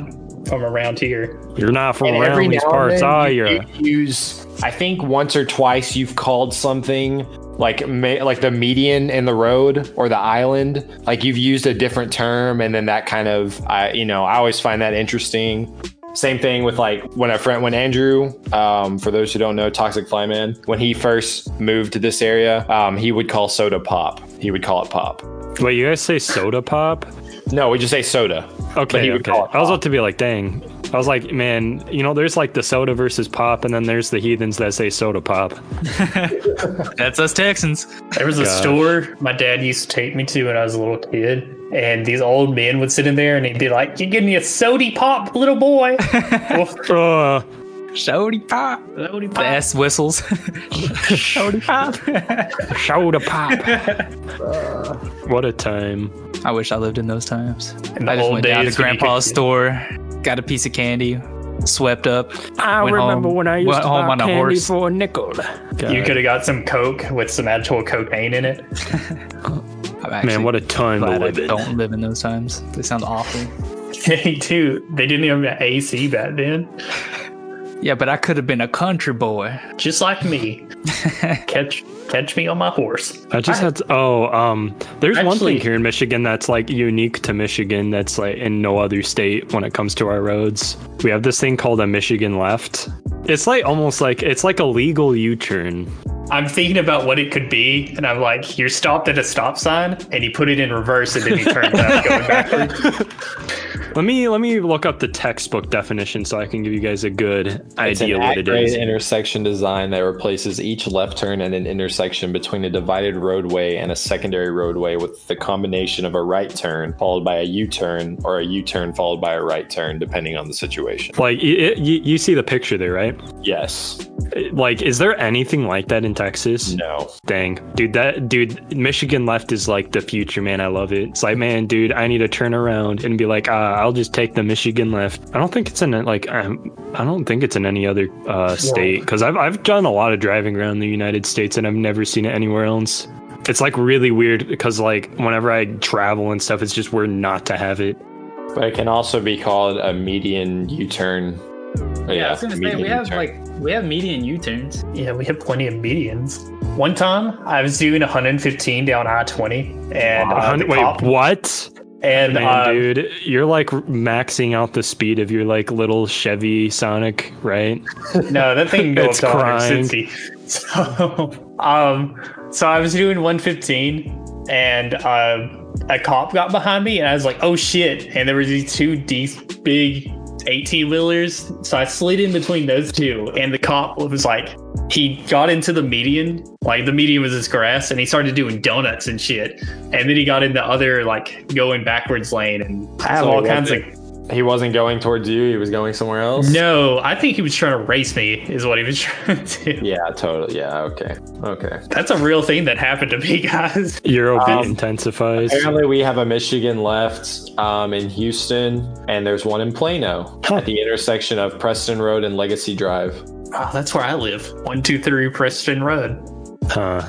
Speaker 1: from around here.
Speaker 4: You're not from
Speaker 2: And every
Speaker 4: around these
Speaker 2: now and
Speaker 4: parts, Ah,
Speaker 2: then
Speaker 4: are
Speaker 2: you
Speaker 4: you?
Speaker 2: do Use I think once or twice you've called something like ma- like the median and the road or the island. Like you've used a different term, and then that kind of I you know I always find that interesting. Same thing with like when a friend, when Andrew, um, for those who don't know, Toxic Flyman, when he first moved to this area, um, he would call soda pop. He would call it pop.
Speaker 4: Wait, you guys say soda pop?
Speaker 2: No, we just say soda. But
Speaker 4: Okay,
Speaker 2: he would
Speaker 4: okay.
Speaker 2: call it
Speaker 4: I was
Speaker 2: pop.
Speaker 4: about to be like, dang. I was like, man, you know, there's like the soda versus pop, and then there's the heathens that say soda pop.
Speaker 3: That's us Texans.
Speaker 1: There was a
Speaker 4: Gosh.
Speaker 1: store my dad used to take me to when I was a little kid, and these old men would sit in there and he'd be like, "You give me a sody pop, little boy." Well,
Speaker 4: Uh,
Speaker 3: Shody pop.
Speaker 1: sody
Speaker 3: The
Speaker 1: pop.
Speaker 3: S [laughs] whistles. Shody pop.
Speaker 4: Shoulder pop. what a time.
Speaker 3: I wish I lived in those times.
Speaker 1: In the
Speaker 3: I just
Speaker 1: old
Speaker 3: went down to
Speaker 1: days when you
Speaker 3: grandpa's
Speaker 1: could-
Speaker 3: store, got a piece of candy, swept up.
Speaker 4: I
Speaker 3: Went remember home- when I used went to home buy on a candy horse.
Speaker 4: for a nickel.
Speaker 1: You could have got some coke with some actual cocaine in it. [laughs]
Speaker 3: I'm actually
Speaker 4: Man, what a time to
Speaker 3: glad I
Speaker 4: live in.
Speaker 3: don't live in those times. They sound awful.
Speaker 1: Hey, dude, they didn't even have AC back then.
Speaker 3: Yeah, but I could have been a country boy.
Speaker 1: Just like [laughs] me, catch catch me on my horse.
Speaker 4: I just had to, oh um there's one
Speaker 1: Actually-
Speaker 4: thing here in Michigan that's like unique to Michigan that's like in no other state when it comes to our roads. We have this thing called a Michigan left. It's like almost like it's like a legal U-turn.
Speaker 1: I'm thinking about what it could be, and I'm like, you're stopped at a stop sign, and you put it in reverse, and then you turn left going
Speaker 4: [laughs]
Speaker 1: backwards.
Speaker 4: Let me let me look up the textbook definition so I can give you guys a good
Speaker 2: It's an
Speaker 4: idea what it
Speaker 2: at-grade
Speaker 4: is.
Speaker 2: intersection design that replaces each left turn at an intersection between a divided roadway and a secondary roadway with the combination of a right turn followed by a U-turn or a U-turn followed by a right turn, depending on the situation.
Speaker 4: Like you, you, you see the picture there, right?
Speaker 2: Yes.
Speaker 4: Like, is there anything like that in Texas?
Speaker 2: No.
Speaker 4: Dang, dude, that dude, Michigan left is like the future, man. I love it. It's like, man, dude, I need to turn around and be like, ah, I'll just take the Michigan left. I don't think it's in like, I'm, I don't think it's in any other uh, state because I've I've done a lot of driving around the United States and I've never seen it anywhere else. It's like really weird because like whenever I travel and stuff, it's just weird not to have it.
Speaker 2: But it can also be called a median U-turn. Yeah, median U-turn.
Speaker 3: we have median U turns.
Speaker 1: Yeah, we have plenty of medians. One time, I was doing 115 down I 20, and
Speaker 4: A
Speaker 1: uh, the
Speaker 4: hundred- wait,
Speaker 1: cop-
Speaker 4: what?
Speaker 1: and
Speaker 4: Man,
Speaker 1: uh,
Speaker 4: dude, you're like maxing out the speed of your like little Chevy Sonic, right?
Speaker 1: no, that thing goes
Speaker 4: It's
Speaker 1: to
Speaker 4: crying.
Speaker 1: 160. So, um, so I was doing 115, and uh, a cop got behind me, and I was like, "Oh shit!" And there were these two de- big 18 wheelers, so I slid in between those two, and the cop was like, he got into the median, like the median was his grass, and he started doing donuts and shit. And then he got in the other, like going backwards lane, and I have
Speaker 2: So
Speaker 1: all
Speaker 2: he
Speaker 1: kinds of.
Speaker 2: wasn't- He wasn't going towards you. He was going somewhere else.
Speaker 1: No, I think he was trying to race me, is what he was [laughs] trying to do.
Speaker 2: Yeah, totally. Yeah, okay. Okay.
Speaker 1: That's a real thing that happened to me, [laughs] guys.
Speaker 4: Your obese
Speaker 2: Um,
Speaker 4: intensifies.
Speaker 2: Apparently, we have a Michigan left um, in Houston, and there's one in Plano
Speaker 4: Huh.
Speaker 2: at the intersection of Preston Road and Legacy Drive.
Speaker 1: Oh, that's where I live. 123 Preston Road.
Speaker 4: Huh.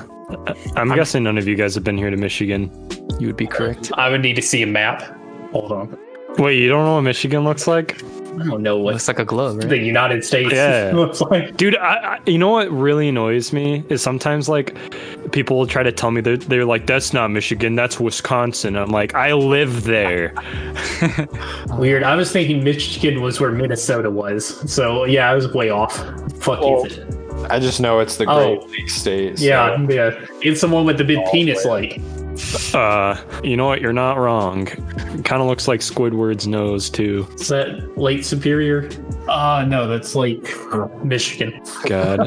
Speaker 4: I- I'm, guessing none of you guys have been here to Michigan.
Speaker 3: You would be correct.
Speaker 1: I would need to see a map. Hold on.
Speaker 4: Wait, you don't know what Michigan looks like?
Speaker 1: I don't know what
Speaker 5: Looks like a glove, right?
Speaker 1: the United States
Speaker 4: Yeah.
Speaker 1: [laughs] looks like.
Speaker 4: Dude, I, I, you know what really annoys me is sometimes like people will try to tell me they're, they're like, that's not Michigan, that's Wisconsin. I'm like, I live there.
Speaker 1: Weird. I was thinking Michigan was where Minnesota was. So yeah, I was way off. Fuck
Speaker 2: Well,
Speaker 1: you.
Speaker 2: I just know it's the
Speaker 1: Oh.
Speaker 2: Great Lakes state. so-
Speaker 1: Yeah, yeah. It's the one with the big
Speaker 2: Oh,
Speaker 1: penis
Speaker 2: wait.
Speaker 1: like.
Speaker 4: Uh, you know what? You're not wrong. Kind of looks like Squidward's nose, too.
Speaker 1: Is that Lake Superior? Uh no, that's Lake Michigan.
Speaker 4: God.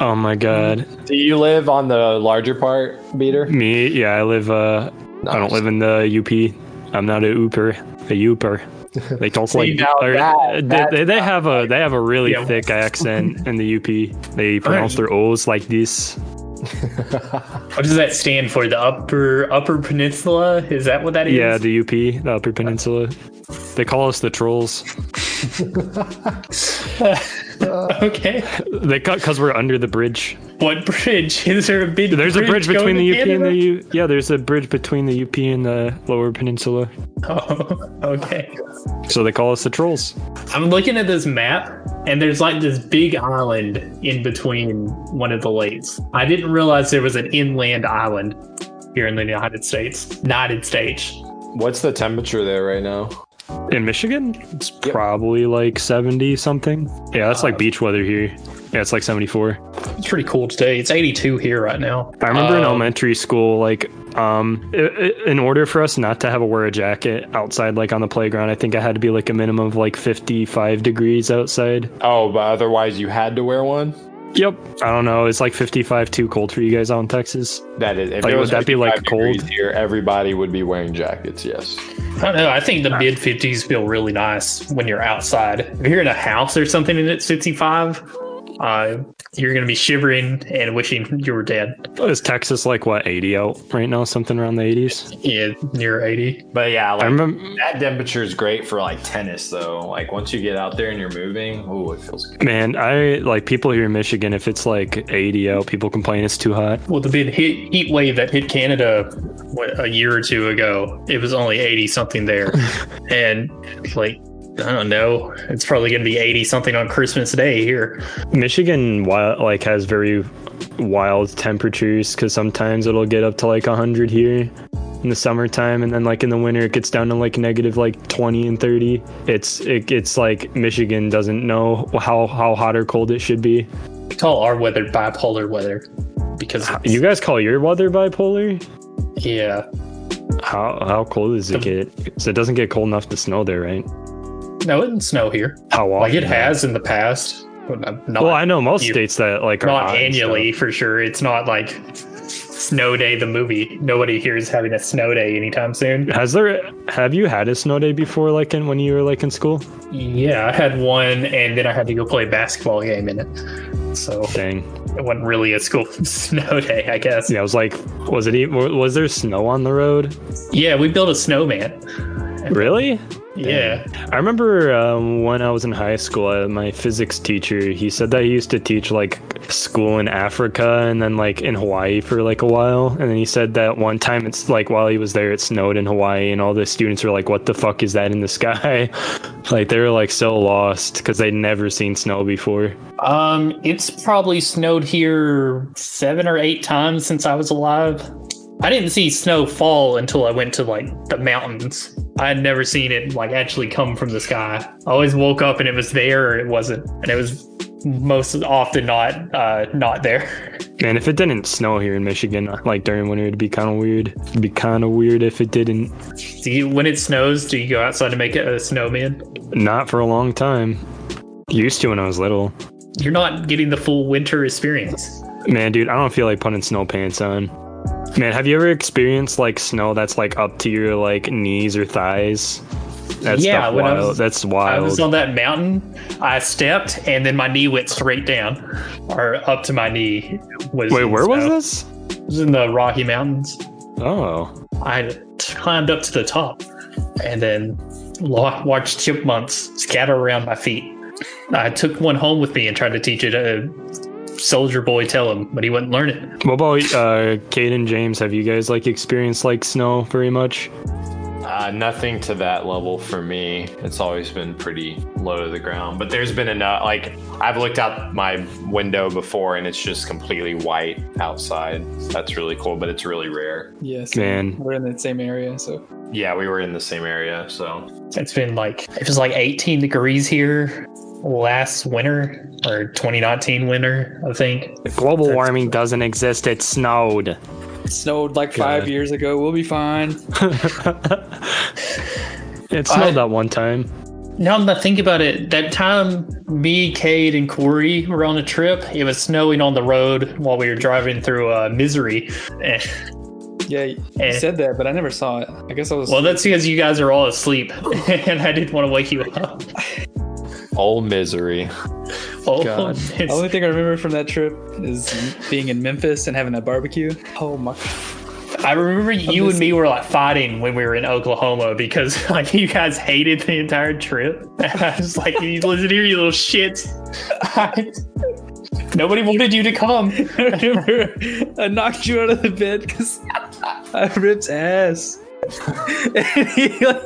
Speaker 4: oh my God.
Speaker 2: Do you live on the larger part, Beater?
Speaker 4: Me, yeah, I live, uh, I don't live in the UP. I'm not a ooper, a ooper.
Speaker 2: [laughs]
Speaker 4: They don't like
Speaker 2: now
Speaker 4: or-
Speaker 2: that-
Speaker 4: they, they,
Speaker 2: that's
Speaker 4: they have a they have a really
Speaker 1: Yeah.
Speaker 2: [laughs]
Speaker 4: thick accent in the UP. They pronounce their O's like this.
Speaker 1: What does that stand for? The upper upper peninsula? Is that what that is?
Speaker 4: Yeah, the UP, the Upper Peninsula. They call us the trolls.
Speaker 1: [laughs] okay.
Speaker 4: They cut because we're under the bridge.
Speaker 1: What bridge? Is there a big
Speaker 4: There's a bridge between the UP and the
Speaker 1: U.
Speaker 4: U. Yeah, there's a bridge between the UP and the Lower Peninsula.
Speaker 1: [laughs] Oh, okay.
Speaker 4: So they call us the trolls.
Speaker 1: I'm looking at this map, and there's like this big island in between one of the lakes. I didn't realize there was an inland island here in the United States. United States.
Speaker 2: What's the temperature there right now?
Speaker 4: In Michigan, it's probably like 70 something. Yeah, that's like beach weather here. Yeah, it's like 74.
Speaker 1: It's pretty cool today. It's 82 here right now.
Speaker 4: I remember in
Speaker 1: Um,
Speaker 4: elementary school, like, um, i i in order for us not to have a wear a jacket outside, like on the playground, I think I had to be like a minimum of like 55 degrees outside.
Speaker 2: Oh, but otherwise you had to wear one.
Speaker 4: Yep. I don't know. It's like 55 too cold for you guys out in Texas.
Speaker 2: That is. If
Speaker 4: Like,
Speaker 2: it
Speaker 4: would
Speaker 2: was
Speaker 4: that be, like,
Speaker 2: 55 degrees
Speaker 4: cold?
Speaker 2: Here, everybody would be wearing jackets. Yes.
Speaker 1: I don't know. I think the mid 50s feel really nice when you're outside. If you're in a house or something and it's 55, uh, you're going to be shivering and wishing you were dead.
Speaker 4: Is Texas like what 80 out right now? Something around the 80s.
Speaker 1: Yeah, near 80.
Speaker 2: But yeah,
Speaker 4: I
Speaker 2: like
Speaker 4: remember,
Speaker 2: that temperature is great for like tennis, though. Like once you get out there and you're moving, oh, it feels good.
Speaker 4: man. I like people here in Michigan. If it's like 80 out, people complain it's too hot.
Speaker 1: Well, the big hit, heat wave that hit Canada what, a year or two ago, it was only 80 something
Speaker 4: [laughs]
Speaker 1: there. and like, I don't know. It's probably going to be 80 something on Christmas Day here.
Speaker 4: Michigan, wild, like, has very wild temperatures because sometimes it'll get up to like 100 here in the summertime, and then like in the winter it gets down to like negative like 20 and 30. It's it, it's like Michigan doesn't know how how hot or cold it should be.
Speaker 1: We call our weather bipolar weather because,
Speaker 4: Ah, You guys call your weather bipolar?
Speaker 1: yeah.
Speaker 4: How how cold does it get? So it doesn't get cold enough to snow there, right?
Speaker 1: No, it didn't snow here.
Speaker 4: How often?
Speaker 1: Like it has in the past. but Not,
Speaker 4: Oh, well, I know most
Speaker 1: you-
Speaker 4: states that like are
Speaker 1: not
Speaker 4: hot and
Speaker 1: annually for sure. It's not like Snow Day the movie. Nobody here is having a snow day anytime soon.
Speaker 4: stuff. Has there have you had a snow day before? Like in when you were like in school?
Speaker 1: Yeah, I had one, and then I had to go play a basketball game in it. So
Speaker 4: Dang.
Speaker 1: it wasn't really a school [laughs] snow day, I guess.
Speaker 4: Yeah, I was like, was it even, was there snow on the road?
Speaker 1: Yeah, we built a snowman.
Speaker 4: Really?
Speaker 1: Yeah,
Speaker 4: I remember um, when I was in high school, uh, my physics teacher, he said that he used to teach like school in Africa and then like in Hawaii for like a while. And then he said that one time it's like while he was there, it snowed in Hawaii and all the students were like, what the fuck is that in the [laughs] sky? like they were like so lost because they'd never seen snow before.
Speaker 1: um, it's probably snowed here seven or eight times since I was alive. I didn't see snow fall until I went to like the mountains. I had never seen it like actually come from the sky. I always woke up and it was there or it wasn't, and it was most often not uh, not there. [laughs]
Speaker 4: Man, if it didn't snow here in Michigan, like during winter, it'd be kind of weird. It'd be kind of weird if it didn't.
Speaker 1: Do you when it snows? Do you go outside to make a snowman?
Speaker 4: Not for a long time. Used to when I was little.
Speaker 1: You're not getting the full winter experience.
Speaker 4: Man, dude, I don't feel like putting snow pants on. Man, have you ever experienced like snow that's like up to your like knees or thighs? That's
Speaker 1: Yeah, when I
Speaker 4: wild.
Speaker 1: was-
Speaker 4: that's wild.
Speaker 1: I was on that mountain. I stepped, and then my knee went straight down, or up to my knee. Was
Speaker 4: Wait,
Speaker 1: in
Speaker 4: where was
Speaker 1: snow.
Speaker 4: this?
Speaker 1: It was in the Rocky Mountains.
Speaker 4: Oh,
Speaker 1: I climbed up to the top and then lo- watched chipmunks scatter around my feet. I took one home with me and tried to teach it a soldier boy tell him, but he wouldn't learn it.
Speaker 4: what about uh, Kate and James? Have you guys like experienced like snow very much?
Speaker 2: Uh, Nah, nothing to that level for me. It's always been pretty low to the ground. But there's been enough. Like I've looked out my window before, and it's just completely white outside. That's really cool, but it's really rare.
Speaker 3: Yes.
Speaker 4: Man.
Speaker 3: We're in the same area, so
Speaker 2: Yeah, we were in the same area, so
Speaker 1: It's been like it was like 18 degrees here last winter or 2019 winter, I think.
Speaker 5: Global warming doesn't exist. It snowed.
Speaker 3: it snowed like five
Speaker 4: God.
Speaker 3: years ago. We'll be fine.
Speaker 4: It snowed that one time.
Speaker 1: Now that I think about it, that time me, Cade, and Corey were on a trip, it was snowing on the road while we were driving through uh, misery. Eh, And,
Speaker 3: Yeah, you
Speaker 1: Eh.
Speaker 3: said that, but I never saw it. I guess I was.
Speaker 1: well, that's because you guys are all asleep, [laughs] and I didn't want to wake you up.
Speaker 2: all misery.
Speaker 1: Oh, [laughs]
Speaker 4: God.
Speaker 1: it's-
Speaker 3: the only thing I remember from that trip is being in Memphis and having that barbecue. Oh my! [laughs]
Speaker 1: I remember you
Speaker 3: just-
Speaker 1: and me were like fighting when we were in Oklahoma because [laughs] like you guys hated the entire trip. [laughs] And I was like, you listen here, you little shits. [laughs] Nobody wanted you to come.
Speaker 3: I remember I knocked you out of the bed because [laughs] I ripped ass. [laughs] and he, like,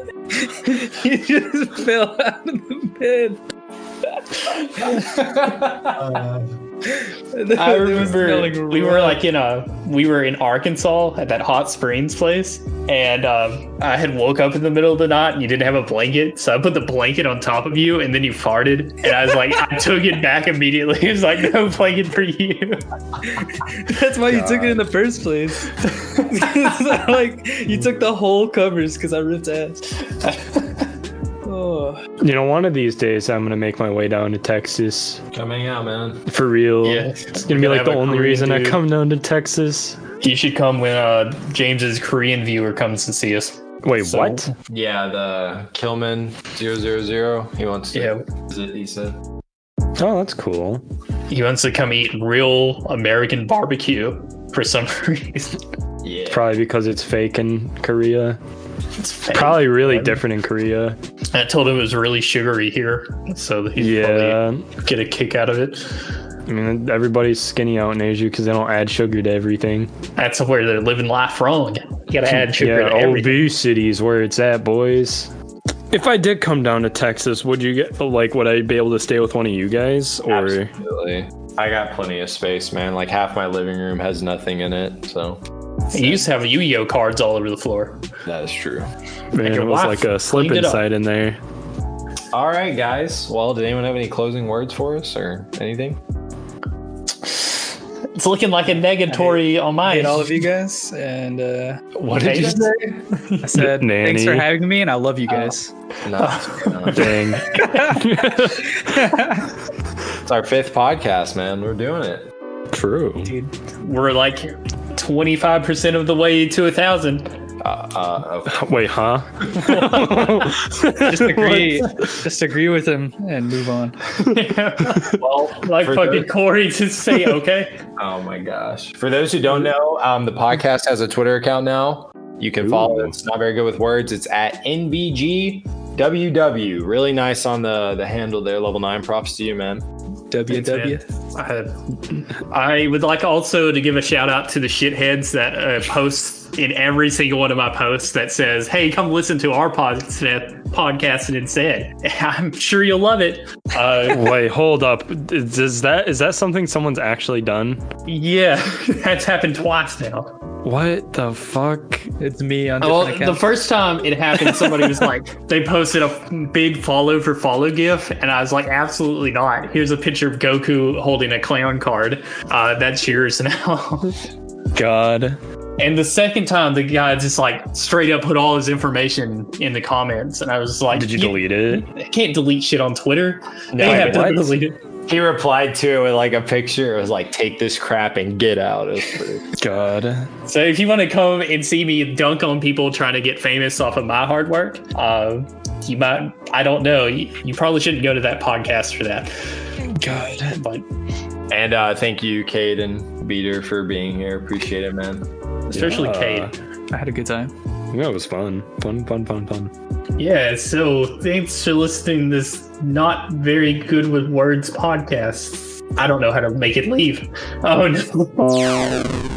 Speaker 3: he just fell out of the bed. [laughs] That-
Speaker 1: I
Speaker 3: [laughs] that was
Speaker 1: remember
Speaker 3: smelling
Speaker 1: we were
Speaker 3: rotten.
Speaker 1: like in a we were in Arkansas at that hot springs place, and um, I had woke up in the middle of the night and you didn't have a blanket, so I put the blanket on top of you, and then you farted, and I was like, I took it back immediately. [laughs] It was like no blanket for you.
Speaker 3: That's why you took it in the first place. [laughs] like you took the whole covers because I ripped [laughs] ass. oh,
Speaker 4: You know, one of these days I'm gonna make my way down to Texas
Speaker 2: Coming out, man.
Speaker 4: for real.
Speaker 1: Yeah.
Speaker 4: It's gonna be
Speaker 1: Gonna
Speaker 4: like
Speaker 1: have
Speaker 4: the
Speaker 1: a
Speaker 4: only
Speaker 1: Korean
Speaker 4: reason I
Speaker 1: dude.
Speaker 4: come down to Texas.
Speaker 1: You should come when uh, James's Korean viewer comes to see us.
Speaker 4: Wait,
Speaker 1: So-
Speaker 4: what?
Speaker 2: Yeah, the Killman 000. He wants to
Speaker 1: Yeah,
Speaker 2: visit, he said.
Speaker 4: Oh, that's cool.
Speaker 1: he wants to come eat real American barbecue for some [laughs] reason.
Speaker 2: Yeah.
Speaker 4: Probably because it's fake in Korea.
Speaker 1: It's fake.
Speaker 4: Probably really different in Korea.
Speaker 1: I told him it was really sugary here, so that he'd
Speaker 4: Yeah.
Speaker 1: probably get a kick out of it.
Speaker 4: I mean, everybody's skinny out in Asia because they don't add sugar to everything.
Speaker 1: That's where they're living life wrong. You gotta add sugar
Speaker 4: yeah,
Speaker 1: to everything.
Speaker 4: obesity is where it's at, boys. If I did come down to Texas, would you get like would I be able to stay with one of you guys or
Speaker 2: Absolutely. I got plenty of space, man. Like half my living room has nothing in it, so
Speaker 1: You used to have Yu-Gi-Oh cards all over the floor.
Speaker 2: that is true.
Speaker 4: man,
Speaker 1: your
Speaker 4: it was
Speaker 1: wife
Speaker 4: like a slip
Speaker 1: cleaned it up.
Speaker 4: inside in there?
Speaker 2: All right, guys. Well, did anyone have any closing words for us or
Speaker 1: [laughs]
Speaker 2: anything?
Speaker 1: It's looking like a negatory on
Speaker 3: I
Speaker 1: my
Speaker 3: hate all of you guys, and uh,
Speaker 1: What
Speaker 3: did you
Speaker 1: say?
Speaker 3: I said
Speaker 4: [laughs] Nanny.
Speaker 3: thanks for having me, and I love you guys.
Speaker 2: No, no.
Speaker 1: [laughs]
Speaker 4: Dang.
Speaker 2: It's our fifth podcast, man. We're doing it.
Speaker 4: True.
Speaker 1: We're like 25% of the way to a thousand. [laughs]
Speaker 2: Uh, uh, of-
Speaker 4: Wait, huh?
Speaker 3: [laughs] Just
Speaker 4: [laughs]
Speaker 3: agree, just agree with him, and move on.
Speaker 2: well,
Speaker 1: Like
Speaker 2: for
Speaker 1: fucking
Speaker 2: those-
Speaker 1: Corey to say okay.
Speaker 2: oh my gosh! For those who don't know, um, the podcast has a Twitter account now. You can follow.
Speaker 4: Ooh.
Speaker 2: it. It's not very good with words. It's at nbgww. Really nice on the the handle there. Level nine. Props to you, man.
Speaker 3: WW.
Speaker 1: Uh, I would like also to give a shout out to the shitheads that uh, post in every single one of my posts that says, "Hey, come listen to our pod- podcast instead." [laughs] I'm sure you'll love it. Uh,
Speaker 4: Wait, hold up. Is is that is that something someone's actually done?
Speaker 1: yeah, [laughs] that's happened twice now.
Speaker 4: What the fuck? Oh,
Speaker 3: It's me on
Speaker 1: Oh, Well,
Speaker 3: different
Speaker 1: the
Speaker 3: accounts.
Speaker 1: first time it happened, somebody was like, [laughs] they posted a big follow for follow gif, and I was like, absolutely not. Here's a picture of Goku holding a clown card. Uh, that's yours now. [laughs]
Speaker 4: God.
Speaker 1: And the second time, the guy just like straight up put all his information in the comments, and I was like,
Speaker 4: Did you delete it?
Speaker 1: I can't delete shit on Twitter. they
Speaker 2: I
Speaker 1: have to
Speaker 4: didn't.
Speaker 1: delete it.
Speaker 2: He replied to it with like a picture. It was like, "Take this crap and get out." It was pretty-
Speaker 4: God.
Speaker 1: So if you want to come and see me dunk on people trying to get famous off of my hard work, uh, you might. I don't know. You, you probably shouldn't go to that podcast for that.
Speaker 4: God.
Speaker 1: But
Speaker 2: And uh, thank you, Cade and Beater, for being here. Appreciate it, man.
Speaker 1: especially
Speaker 4: Yeah.
Speaker 1: Cade.
Speaker 3: I had a good time.
Speaker 4: That was fun. Fun, fun, fun, fun.
Speaker 1: Yeah. So thanks for listening to this not very good [laughs] with words podcast. I don't know how to make it leave. Oh no.